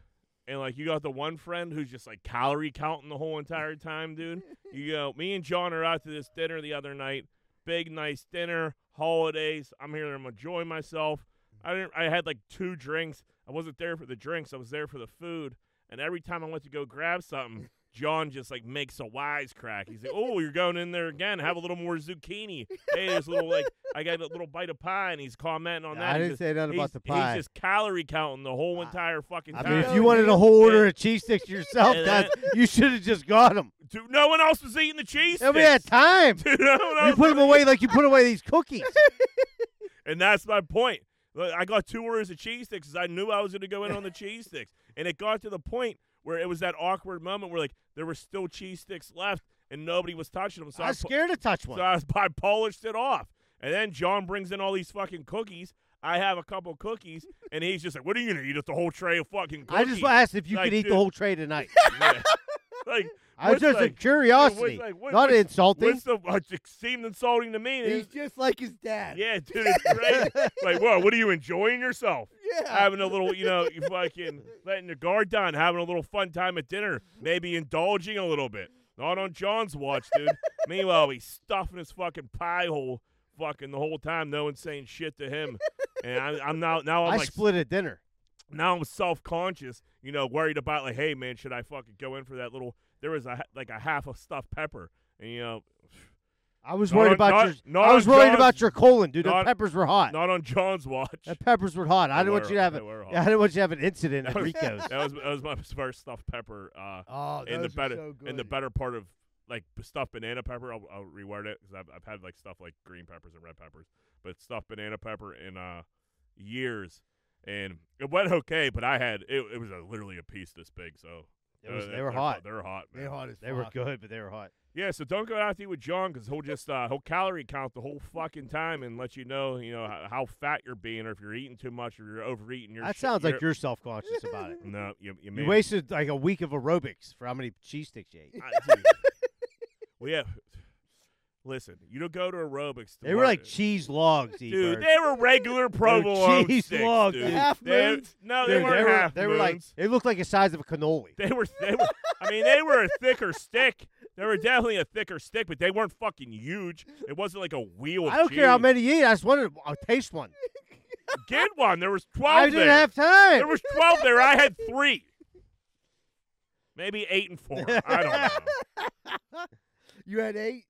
S3: and like you got the one friend who's just like calorie counting the whole entire time, dude. You go, me and John are out to this dinner the other night. Big nice dinner, holidays. I'm here to enjoy myself. I didn't I had like two drinks. I wasn't there for the drinks, I was there for the food. And every time I went to go grab something, John just like makes a wisecrack. He's like, "Oh, you're going in there again. Have a little more zucchini. Hey, there's a little like I got a little bite of pie." And he's commenting on that.
S2: I
S3: He's
S2: didn't
S3: just-
S2: say nothing
S3: he's-
S2: about the pie.
S3: He's just calorie counting the whole
S2: I-
S3: entire fucking
S2: I
S3: time.
S2: mean, if you wanted a whole order of cheese sticks yourself,
S3: Yeah,
S2: guys,
S3: that-
S2: you should have just got them.
S3: Dude, no one else was eating the cheese.
S2: Nobody had
S3: sticks.
S2: time.
S3: Dude, no one
S2: You
S3: else-
S2: put them away like you put away these cookies.
S3: and that's my point. Look, I got two orders of cheese sticks 'cause I knew I was going to go in on the cheese sticks, and it got to the point where it was that awkward moment where like there were still cheese sticks left and nobody was touching them. So
S2: I
S3: I
S2: was
S3: pu-
S2: scared to touch one.
S3: So I, I polished it off. And then John brings in all these fucking cookies. I have a couple cookies, and he's just like, "What are you gonna eat? It's the whole tray of fucking
S2: I
S3: cookies."
S2: just asked if you
S3: Like,
S2: could eat
S3: dude.
S2: the whole tray tonight.
S3: Yeah. like
S2: I was
S3: What's
S2: just a
S3: like-
S2: curiosity,
S3: like, what-
S2: not
S3: what's-
S2: insulting.
S3: what's the uh, it seemed insulting to me.
S1: He's
S3: It's-
S1: just like his dad.
S3: yeah, dude, it's great. like, whoa, what are you enjoying yourself?
S1: Yeah.
S3: Having a little, you know, you fucking letting your guard down, having a little fun time at dinner, maybe indulging a little bit. Not on John's watch, dude. Meanwhile, he's stuffing his fucking pie hole, fucking the whole time. No one's saying shit to him, and I'm, I'm now now I'm
S2: I
S3: like
S2: split a dinner.
S3: now I'm self conscious, you know, worried about like, hey man, should I fucking go in for that little? There was a like a half of stuffed pepper, and you know,
S2: I was
S3: Not
S2: worried
S3: on-
S2: about
S3: not-
S2: your.
S3: not
S2: I was
S3: on
S2: worried
S3: John's-
S2: about your colon, dude.
S3: not-
S2: the peppers were hot.
S3: not on John's watch.
S2: the peppers were hot. I
S3: They
S2: didn't want
S3: were-
S2: you to have
S3: they
S2: it.
S3: were
S2: I
S3: hot.
S2: didn't want you to have an incident at
S3: That was-
S2: Rico's.
S3: That was that was my first stuffed pepper uh,
S1: Oh,
S3: in the
S1: those are
S3: better
S1: so
S3: in the
S1: good.
S3: better part of like b- stuffed banana pepper. I'll, I'll reword it because I've, I've had like stuff like green peppers and red peppers, but stuffed banana pepper in uh years, and it went okay. But I had it, it was a, literally a piece this big, so
S2: It was-
S3: uh,
S2: they were
S3: they're fu-
S2: hot.
S3: They're hot. Man.
S1: They're hot as
S2: They were
S1: fuck.
S2: good, but they were hot.
S3: Yeah, so don't go out to eat with John because he'll just uh, he'll calorie count the whole fucking time and let you know you know how, how fat you're being or if you're eating too much or you're overeating. Your
S2: that
S3: shit-
S2: sounds like
S3: your-
S2: you're self conscious about it.
S3: no, you you,
S2: You
S3: made-
S2: wasted like a week of aerobics for how many cheese sticks you ate.
S3: I- dude. well, yeah. Listen, you don't go to aerobics. To
S2: They were
S3: learn-
S2: like cheese logs,
S3: dude,
S2: E-Bird.
S3: they were regular provolone
S2: cheese
S3: sticks,
S2: logs,
S3: dude.
S2: dude.
S1: Half
S3: They-
S1: moons?
S3: no,
S2: Dude,
S3: they weren't
S2: were,
S3: half
S2: they were like
S3: moons.
S2: they looked like the size of a cannoli.
S3: They were, they were. I mean, they were a thicker stick. They were definitely a thicker stick, but they weren't fucking huge. It wasn't like a wheel. Of
S2: I don't care how
S3: cheese.
S2: many you eat. I just wanted I'll taste one.
S3: Get one. There was twelve.
S2: I didn't
S3: there.
S2: have time.
S3: There was twelve there. I had three. Maybe eight and four. I don't know.
S1: You had eight.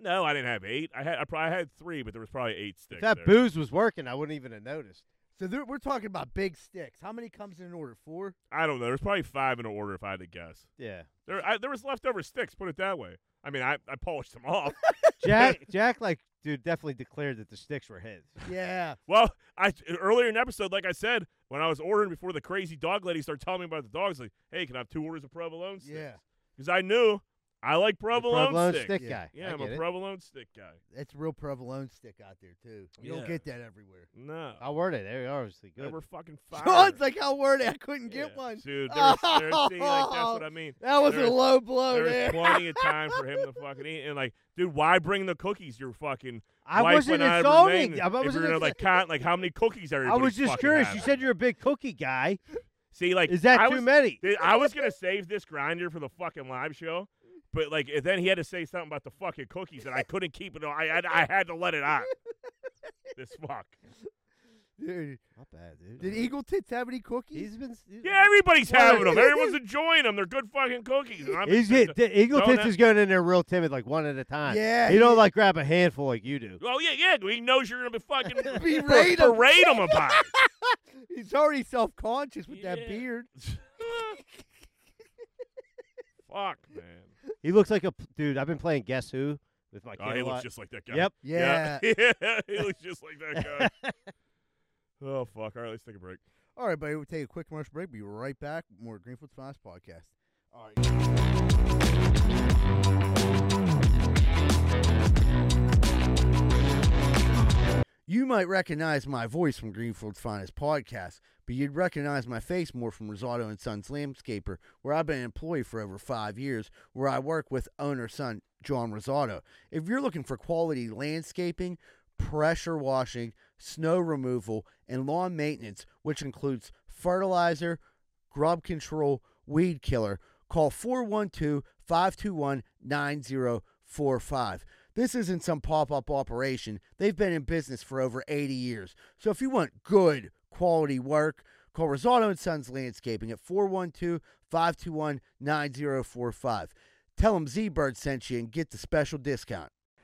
S3: No, I didn't have eight. I had I probably had three, but there was probably eight sticks.
S2: if that
S3: there.
S2: booze was working, I wouldn't even have noticed.
S1: So there, we're talking about big sticks. How many comes in an order? Four.
S3: I don't know. There's probably five in order if I had to guess.
S2: Yeah.
S3: There I, there was leftover sticks. Put it that way. I mean, I, I polished them off.
S2: Jack Jack like dude definitely declared that the sticks were his.
S1: Yeah.
S3: Well, I earlier in the episode, like I said, when I was ordering before the crazy dog lady started telling me about the dogs, like, hey, can I have two orders of provolone sticks?
S1: Yeah.
S3: Because I knew I like provolone,
S2: provolone
S3: sticks.
S2: stick
S1: Yeah.
S2: guy.
S3: Yeah,
S2: I
S3: I'm
S2: get
S3: a
S2: it.
S3: provolone stick guy.
S1: That's real provolone stick out there too. You
S3: Yeah.
S1: don't get that everywhere.
S3: No.
S2: I worded it. They were obviously
S3: They
S2: good.
S3: were fucking fire.
S1: Sean's like, how wordy. I couldn't
S3: Yeah,
S1: get one.
S3: Dude, there was, there, see, like, that's what I mean.
S1: That was
S3: There's-
S1: a low blow
S2: Oh,
S3: There was
S1: there.
S3: plenty of time for him to fucking eat. And, like, dude, why bring the cookies? You're fucking.
S2: I
S3: wife
S2: wasn't
S3: went out of her
S2: insulting.
S3: menu
S2: I
S3: if
S2: wasn't
S3: you're gonna,
S2: insul-
S3: like count like how many cookies are.
S2: I was just curious. You said you're a big cookie guy.
S3: see like
S2: Is that
S3: I
S2: too
S3: was,
S2: many?
S3: dude, I was gonna save this grinder for the fucking live show, but like and then he had to say something about the fucking cookies and I couldn't keep it. I had I had to let it out. this fuck.
S1: Dude,
S2: Not bad, dude.
S1: did Eagle Tits have any cookies?
S2: He's been he's-
S3: Yeah, everybody's
S2: Well,
S3: having them. Everyone's enjoying them. They're good fucking cookies. And I'm
S2: He's
S3: just-
S2: get, the Eagle
S3: don't
S2: Tits
S3: have-
S2: is going in there real timid, like one at a time.
S1: Yeah,
S2: he don't
S1: he-
S2: like grab a handful like you do.
S3: Well, Oh, yeah, yeah. He knows you're gonna be fucking
S1: Berate 'em.
S3: parade them about. it.
S1: He's already self conscious with
S3: Yeah.
S1: that beard.
S3: Fuck, man.
S2: He looks like a p- dude. I've been playing Guess Who with my kid.
S3: Oh, he
S2: a
S3: looks
S2: lot.
S3: just like that guy.
S2: Yep.
S1: Yeah.
S3: yeah. He looks just like that guy. oh, fuck. All right, let's take a break.
S1: All right, buddy. We'll take a quick commercial break. Be right back. with More Greenfield's Finest podcast. All right. You might recognize my voice from Greenfield's Finest podcast, but you'd recognize my face more from Rosato and Sons Landscaper, where I've been an employee for over five years, where I work with owner son John Rosato. If you're looking for quality landscaping, pressure washing, snow removal, and lawn maintenance, which includes fertilizer, grub control, weed killer, call 412 521 9045. This isn't some pop up operation. They've been in business for over 80 years. So if you want good quality work, call Rosato and Sons Landscaping at 412 521 9045. Tell them Z Bird sent you and get the special discount.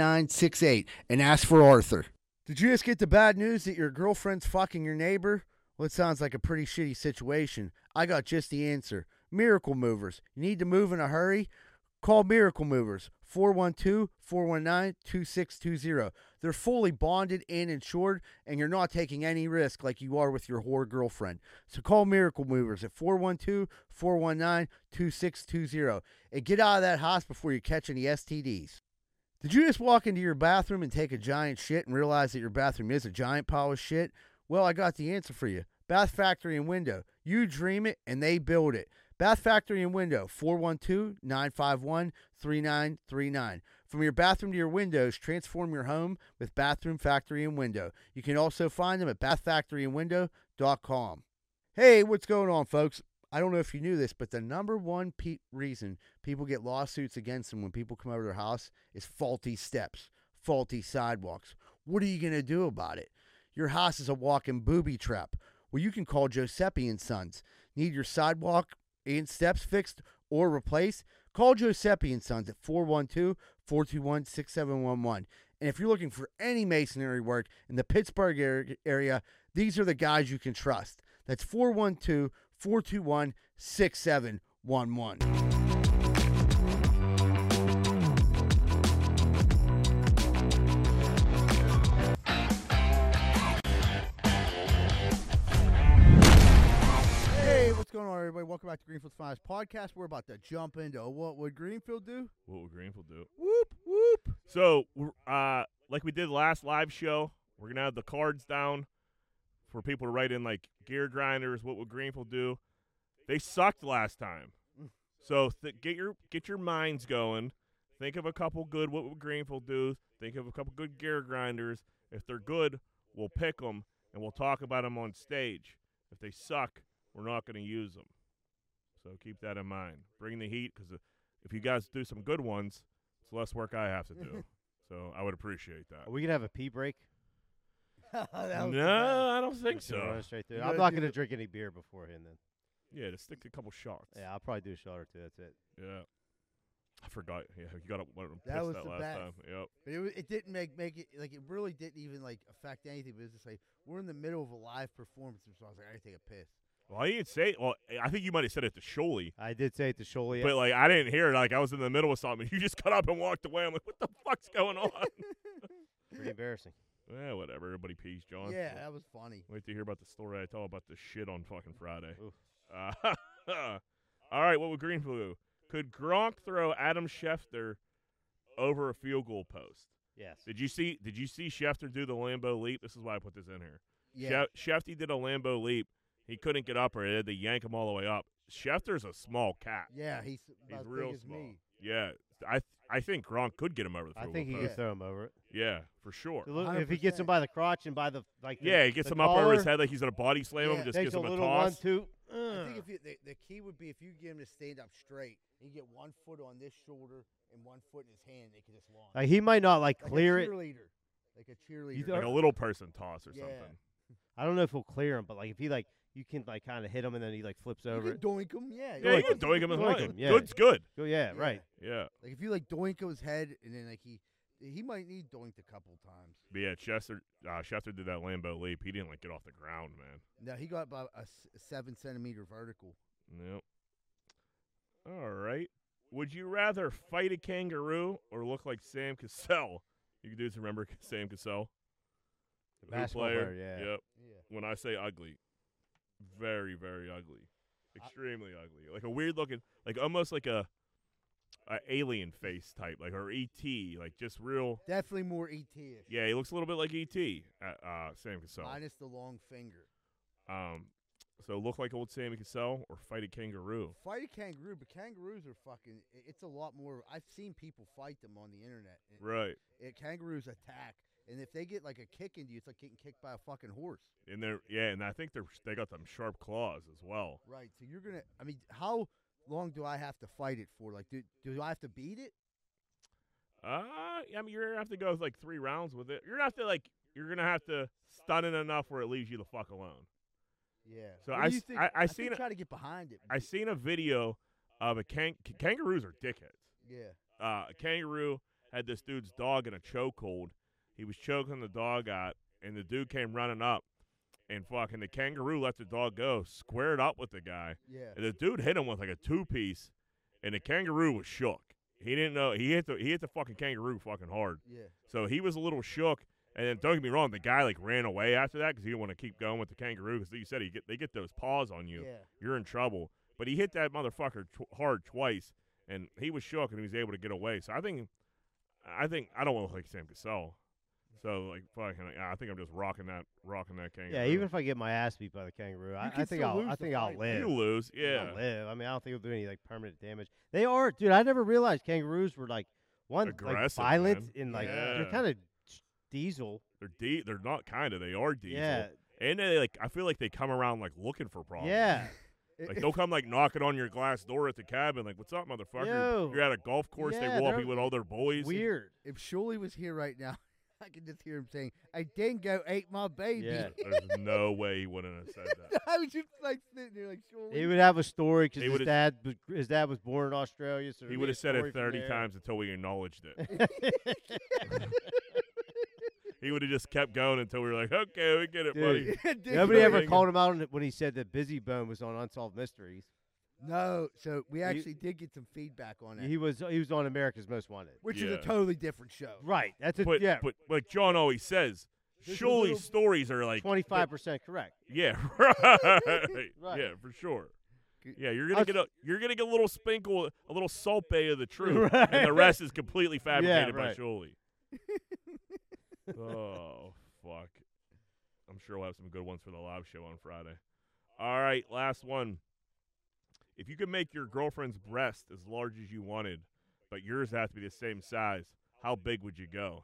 S1: 8968 and ask for Arthur. Did you just get the bad news that your girlfriend's fucking your neighbor? Well, it sounds like a pretty shitty situation. I got just the answer. Miracle Movers. You need to move in a hurry? Call Miracle Movers 412 419 2620. They're fully bonded and insured, and you're not taking any risk like you are with your whore girlfriend. So call Miracle Movers at 412 419 2620 and get out of that house before you catch any STDs. Did you just walk into your bathroom and take a giant shit and realize that your bathroom is a giant pile of shit? Well, I got the answer for you. Bath Factory and Window. You dream it and they build it. Bath Factory and Window, 412 951 3939. From your bathroom to your windows, transform your home with Bathroom Factory and Window. You can also find them at bathfactoryandwindow.com. Hey, what's going on, folks? I don't know if you knew this, but the number one pe- reason people get lawsuits against them when people come over their house is faulty steps, faulty sidewalks. What are you going to do about it? Your house is a walking booby trap. Well, you can call Giuseppe and Sons. Need your sidewalk and steps fixed or replaced? Call Giuseppe and Sons at 412 421 6711. And if you're looking for any masonry work in the Pittsburgh ar- area, these are the guys you can trust. That's 412 421 6711. Hey, what's going on, everybody? Welcome back to Greenfield's Finest Podcast. We're about to jump into what would Greenfield do?
S3: What will Greenfield do?
S1: Whoop, whoop.
S3: So, we're, uh, like we did last live show, we're gonna have the cards down for people to write in like gear grinders. What would Greenfield do? They sucked last time, so th- get your get your minds going. Think of a couple good. What would Greenfield do? Think of a couple good gear grinders. If they're good, we'll pick them and we'll talk about them on stage. If they suck, we're not going to use them. So keep that in mind. Bring the heat because if you guys do some good ones, it's less work I have to do. so I would appreciate that.
S2: Are we gonna have a pee break?
S1: That was
S3: no, I don't think
S2: Just gonna
S3: so.
S2: run straight through.
S1: You
S2: I'm
S1: gotta
S2: not
S1: do
S2: gonna
S1: the-
S2: drink any beer beforehand. Then.
S3: Yeah, just stick to a couple shots.
S2: Yeah, I'll probably do a shot or two. That's it.
S3: Yeah. I forgot. Yeah, you got up one of them
S1: That
S3: pissed
S1: was
S3: that
S1: the
S3: last
S1: best.
S3: time. Yep.
S1: But it, wa- it didn't make make it like it really didn't even like affect anything. But it was just like we're in the middle of a live performance, and so I was like, I gotta take a piss.
S3: Well, I didn't say. Well, I think you might have said it to Sholey,
S2: I did say it to Sholey.
S3: but like I didn't hear it. Like I was in the middle of something. You just got up and walked away. I'm like, what the fuck's going on?
S2: Pretty embarrassing.
S3: yeah, whatever. Everybody pees, John.
S1: yeah, that was funny.
S3: Wait to hear about the story I tell about the shit on fucking Friday.
S2: Oof.
S3: Uh, all right, what would Greenfield do? Could Gronk throw Adam Schefter over a field goal post?
S2: Yes.
S3: Did you see? Did you see Schefter do the Lambo leap? This is why I put this in here.
S1: Yeah,
S3: Shef- Shefty did a Lambo leap. He couldn't get up, or they had to yank him all the way up. Schefter's a small cat.
S1: yeah, he's
S3: he's
S1: about as
S3: real
S1: big as
S3: small.
S1: me.
S3: Yeah, I I think Gronk could get him over the
S2: I
S3: field
S2: think he
S3: goal
S2: could
S3: post.
S1: post.
S2: throw him over it.
S3: Yeah, for sure.
S2: The little- If he gets him
S1: 100%.
S2: by the crotch and by the like. The,
S3: Yeah, he gets
S2: the
S3: him up over his
S2: collar,
S3: head like he's gonna body slam
S1: Yeah.
S3: him. Just
S2: takes
S3: gives
S2: a
S3: him a
S2: little one,
S3: toss.
S2: two.
S1: I think
S2: Ugh.
S1: if you, the, the key would be if you get him to stand up straight, you get one foot on this shoulder and one foot in his hand, they can just launch.
S2: Like he might not like
S1: Like a
S2: clear it.
S1: cheerleader. Like a cheerleader.
S2: thought-
S3: like a little person toss or
S1: Yeah.
S3: something.
S2: I don't know if he'll clear him, but like if he like you can like kind of hit him and then he like flips
S1: you
S2: over.
S1: could
S2: it.
S1: doink him, yeah.
S3: Yeah, you
S2: Doink
S3: can doink him.
S2: Doink
S3: Doink
S2: him, yeah.
S3: Good's good.
S2: Go yeah,
S1: Yeah.
S2: right.
S3: Yeah,
S1: Like if you like doink his head and then like he he might need doinked a couple times.
S3: but yeah. Chester uh, Schefter did that Lambo leap. He didn't like get off the ground, man.
S1: No, he got about a s- seven centimeter vertical.
S3: Nope. All right. Would you rather fight a kangaroo or look like Sam Cassell? You dudes remember Sam Cassell? The hoop
S2: basketball
S3: player.
S2: player, yeah.
S3: Yep.
S1: Yeah.
S3: When I say ugly, very, very ugly. Extremely ugly. Like a weird looking, like almost like a, a alien face type, like or ET, like just real.
S1: Definitely more E ET ish.
S3: Yeah, he looks a little bit like ET. Uh, uh, Sam Cassell.
S1: Minus the long finger.
S3: Um, so look like old Sammy Cassell or fight a kangaroo.
S1: Fight a kangaroo, but kangaroos are fucking. i- It's a lot more. I've seen people fight them on the internet. It-
S3: Right.
S1: it- kangaroos attack, and if they get like a kick into you, it's like getting kicked by a fucking horse.
S3: And they're yeah, and I think they're they got them sharp claws as well.
S1: Right. So you're gonna. I mean, how long do I have to fight it for? Like, do do I have to beat it?
S3: Uh I mean you're gonna have to go with like three rounds with it. You're gonna have to like you're gonna have to stun it enough where it leaves you the fuck alone.
S1: Yeah.
S3: So
S1: What
S3: I
S1: do you
S3: s-
S1: think-
S3: I- I
S1: think
S3: seen a-
S1: try to get behind it.
S3: I seen a video of a kang- kangaroos are dickheads.
S1: yeah.
S3: uh, a kangaroo had this dude's dog in a chokehold. He was choking the dog out, and the dude came running up, and fucking the kangaroo let the dog go, squared up with the guy,
S1: Yeah.
S3: and the dude hit him with like a two piece, and the kangaroo was shook. He didn't know he hit the he hit the fucking kangaroo fucking hard.
S1: Yeah.
S3: So he was a little shook. And then don't get me wrong, the guy like ran away after that because he didn't want to keep going with the kangaroo because you said he get they get those paws on you. You're in trouble. But he hit that motherfucker tw- hard twice, and he was shook and he was able to get away. So I think, I think I don't want to look like Sam Cassell. So like fucking, I think I'm just rocking that rocking that kangaroo.
S2: Yeah, even if I get my ass beat by the kangaroo, I,
S1: can
S2: I think
S1: still
S2: I'll
S1: lose
S2: I
S1: the
S2: think I'll
S1: fight.
S2: live.
S3: you lose, yeah,
S2: I'll live. I mean, I don't think it'll do any like permanent damage. They are, dude. I never realized kangaroos were like one like
S3: Aggressive,
S2: violent
S3: man.
S2: and like
S3: Yeah.
S2: they're kind of diesel.
S3: they're deep. They're not kind of. They are diesel.
S2: Yeah,
S3: and they like I feel like they come around like looking for problems.
S2: yeah.
S3: Like they'll come like knocking on your glass door at the cabin, like, "What's up, motherfucker?
S2: Yo.
S3: You're at a golf course.
S2: Yeah,
S3: they roll up
S2: they're
S3: you with all their boys.
S2: Weird.
S1: If Shuley was here right now, I could just hear him saying, "A dingo ate my baby."
S2: Yeah.
S3: There's no way he wouldn't have said that.
S1: I was just like sitting there, like Shuley.
S2: He would have a story
S3: He
S2: because his
S3: would've-
S2: dad was, his dad was born in Australia. So
S3: He would have said it 30 times until we acknowledged it. he would have just kept going until we were like, "Okay, we get it,
S2: Dude.
S3: buddy."
S1: A dingo
S2: Nobody ever
S1: ate-
S2: called him out on it when he said that Busy Bone was on Unsolved Mysteries.
S1: No, so we actually did get some feedback on it,
S2: He was he was on America's Most Wanted.
S1: which is
S3: Yeah.
S1: a totally different show.
S2: Right. That's a
S3: But
S2: yeah.
S3: but like John always says,
S1: There's a
S3: surely
S1: little-
S3: stories are like
S2: Twenty five percent correct.
S3: Yeah, right. Yeah, for sure.
S1: G-
S3: Yeah, you're gonna
S2: Us-
S3: get a you're gonna get a little sprinkle, a little salt bay of the truth,
S2: Right.
S3: and the rest is completely fabricated
S2: right.
S3: by Shuley. oh fuck! I'm sure we'll have some good ones for the live show on Friday. All right, last one. If you could make your girlfriend's breast as large as you wanted, but yours have to be the same size, how big would you go?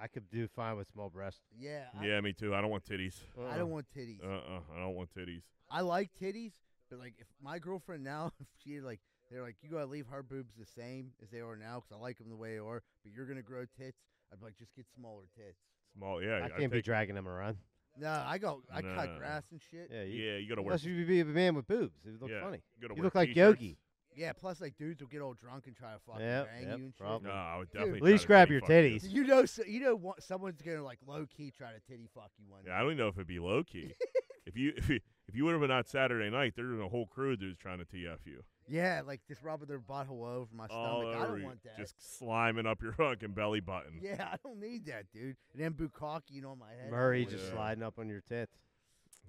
S2: I could do fine with small breasts.
S1: Yeah. I,
S3: yeah, me too. I don't want titties.
S1: I don't want titties.
S3: Uh, uh I don't want titties.
S1: I like titties, but like if my girlfriend now, if she like, they're like, you gotta leave her boobs the same as they are now because I like them the way they are. But you're gonna grow tits. I'd be like, just get smaller tits.
S3: Small. Yeah,
S2: I
S3: I'd
S2: can't be
S3: take-
S2: dragging them around.
S1: No, I go, I cut
S3: No.
S1: grass and shit. Yeah.
S2: Yeah, you,
S3: Yeah, you gotta wear
S2: unless you be a man with boobs, it would look
S3: Yeah,
S2: funny.
S3: You, gotta
S2: You
S3: wear
S2: look like
S3: t-shirts.
S2: Yogi.
S1: plus like dudes will get all drunk and try to fucking
S2: Yep,
S1: bang
S2: yep,
S1: you and
S2: probably.
S3: No, I would
S1: Dude,
S3: definitely.
S1: at
S3: try
S2: least
S3: to
S2: grab
S3: titty
S2: your
S3: fuck you.
S1: shit. You know, so, you know, what, someone's gonna like low key try to titty fuck you one day.
S3: Yeah, I don't even know if it'd be low key. if you if you, if you would have been out Saturday night, there's a whole crew of dudes trying to TF you.
S1: Yeah, like just rubbing their butthole over my
S3: All
S1: stomach. I
S3: over
S1: don't
S3: Oh, you,
S1: want that.
S3: Just sliming up your fucking belly button.
S1: yeah, I don't need that, dude. And then bukkake on my head. I
S2: Murray
S1: don't
S2: just
S1: want
S3: Yeah.
S2: sliding up on your tits.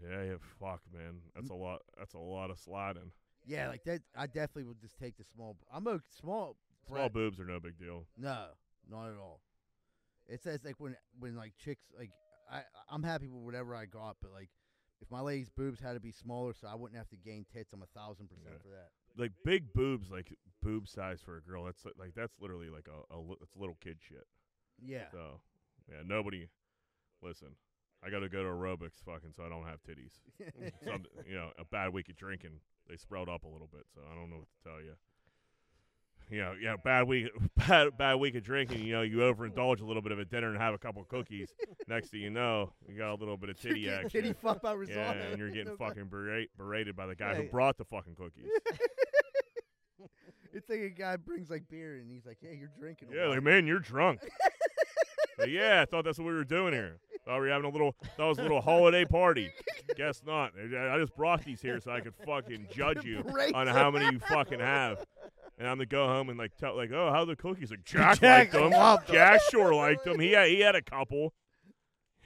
S3: Yeah, yeah, fuck, man. That's a lot. That's a lot of sliding.
S1: that. Yeah, like that. I definitely would just take the small. I'm a small.
S3: Small
S1: breast-
S3: boobs are no big deal.
S1: No, not at all. It says like when when like chicks like I I'm happy with whatever I got, but like if my lady's boobs had to be smaller, so I wouldn't have to gain tits. I'm a thousand percent
S3: Yeah.
S1: for that.
S3: Like big boobs, like boob size for a girl. That's like that's literally like a, a li- it's little kid shit.
S1: Yeah,
S3: So yeah, nobody. Listen, I got to go to aerobics, fucking, so I don't have titties. some, you know, a bad week of drinking, they sprout up a little bit. So I don't know what to tell you. You know, yeah, bad week, bad bad week of drinking. You know, you overindulge a little bit of a dinner and have a couple of cookies. Next thing you know, you got a little bit of
S1: You're
S3: titty
S1: getting
S3: action.
S1: titty fuck by risotto.
S3: yeah, and you're getting
S1: No,
S3: fucking berate, berated by the guy who
S2: Yeah.
S3: brought the fucking cookies.
S1: It's like a guy brings like beer and he's like, "Hey, you're drinking." a
S3: yeah,
S1: lot."
S3: like man, you're drunk. Like, yeah, I thought that's what we were doing here. Thought we were having a little, thought it was a little holiday party. Guess not. I I just brought these here so I could fucking judge you
S1: Break
S3: on
S1: them.
S3: how many you fucking have. And I'm gonna go home and like tell like, oh, how the cookies? Like Jack,
S2: Jack
S3: liked them.
S2: loved
S3: Jack sure liked them. He had, he had a couple.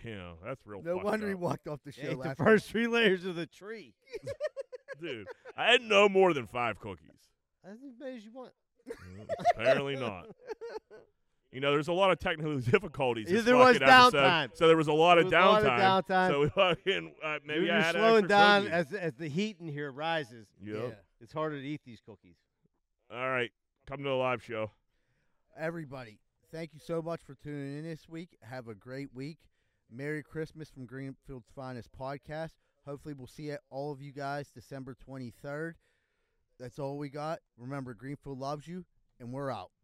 S3: You know, that's real.
S1: No
S3: fucked
S1: wonder he
S3: up.
S1: walked off the show
S2: Ate the
S1: last
S2: first three layers of the tree.
S3: dude. I had no more than five cookies.
S2: As many as you want.
S3: Apparently not. You know, there's a lot of technical difficulties. this
S2: There was
S3: fucking episode,
S2: downtime.
S3: so there was a lot
S2: There
S3: of
S2: was a lot
S3: downtime.
S2: of downtime.
S3: So we fucking uh, maybe
S2: you're
S3: I
S2: you're
S3: had an
S2: slowing
S3: extra
S2: down
S3: cookie.
S2: as as the heat in here rises.
S3: Yep.
S1: Yeah.
S2: It's harder to eat these cookies.
S3: All right, come to the live show.
S1: Everybody, thank you so much for tuning in this week. Have a great week. Merry Christmas from Greenfield's Finest Podcast. Hopefully, we'll see it- all of you guys December 23rd. That's all we got. Remember, Greenfield loves you, and we're out.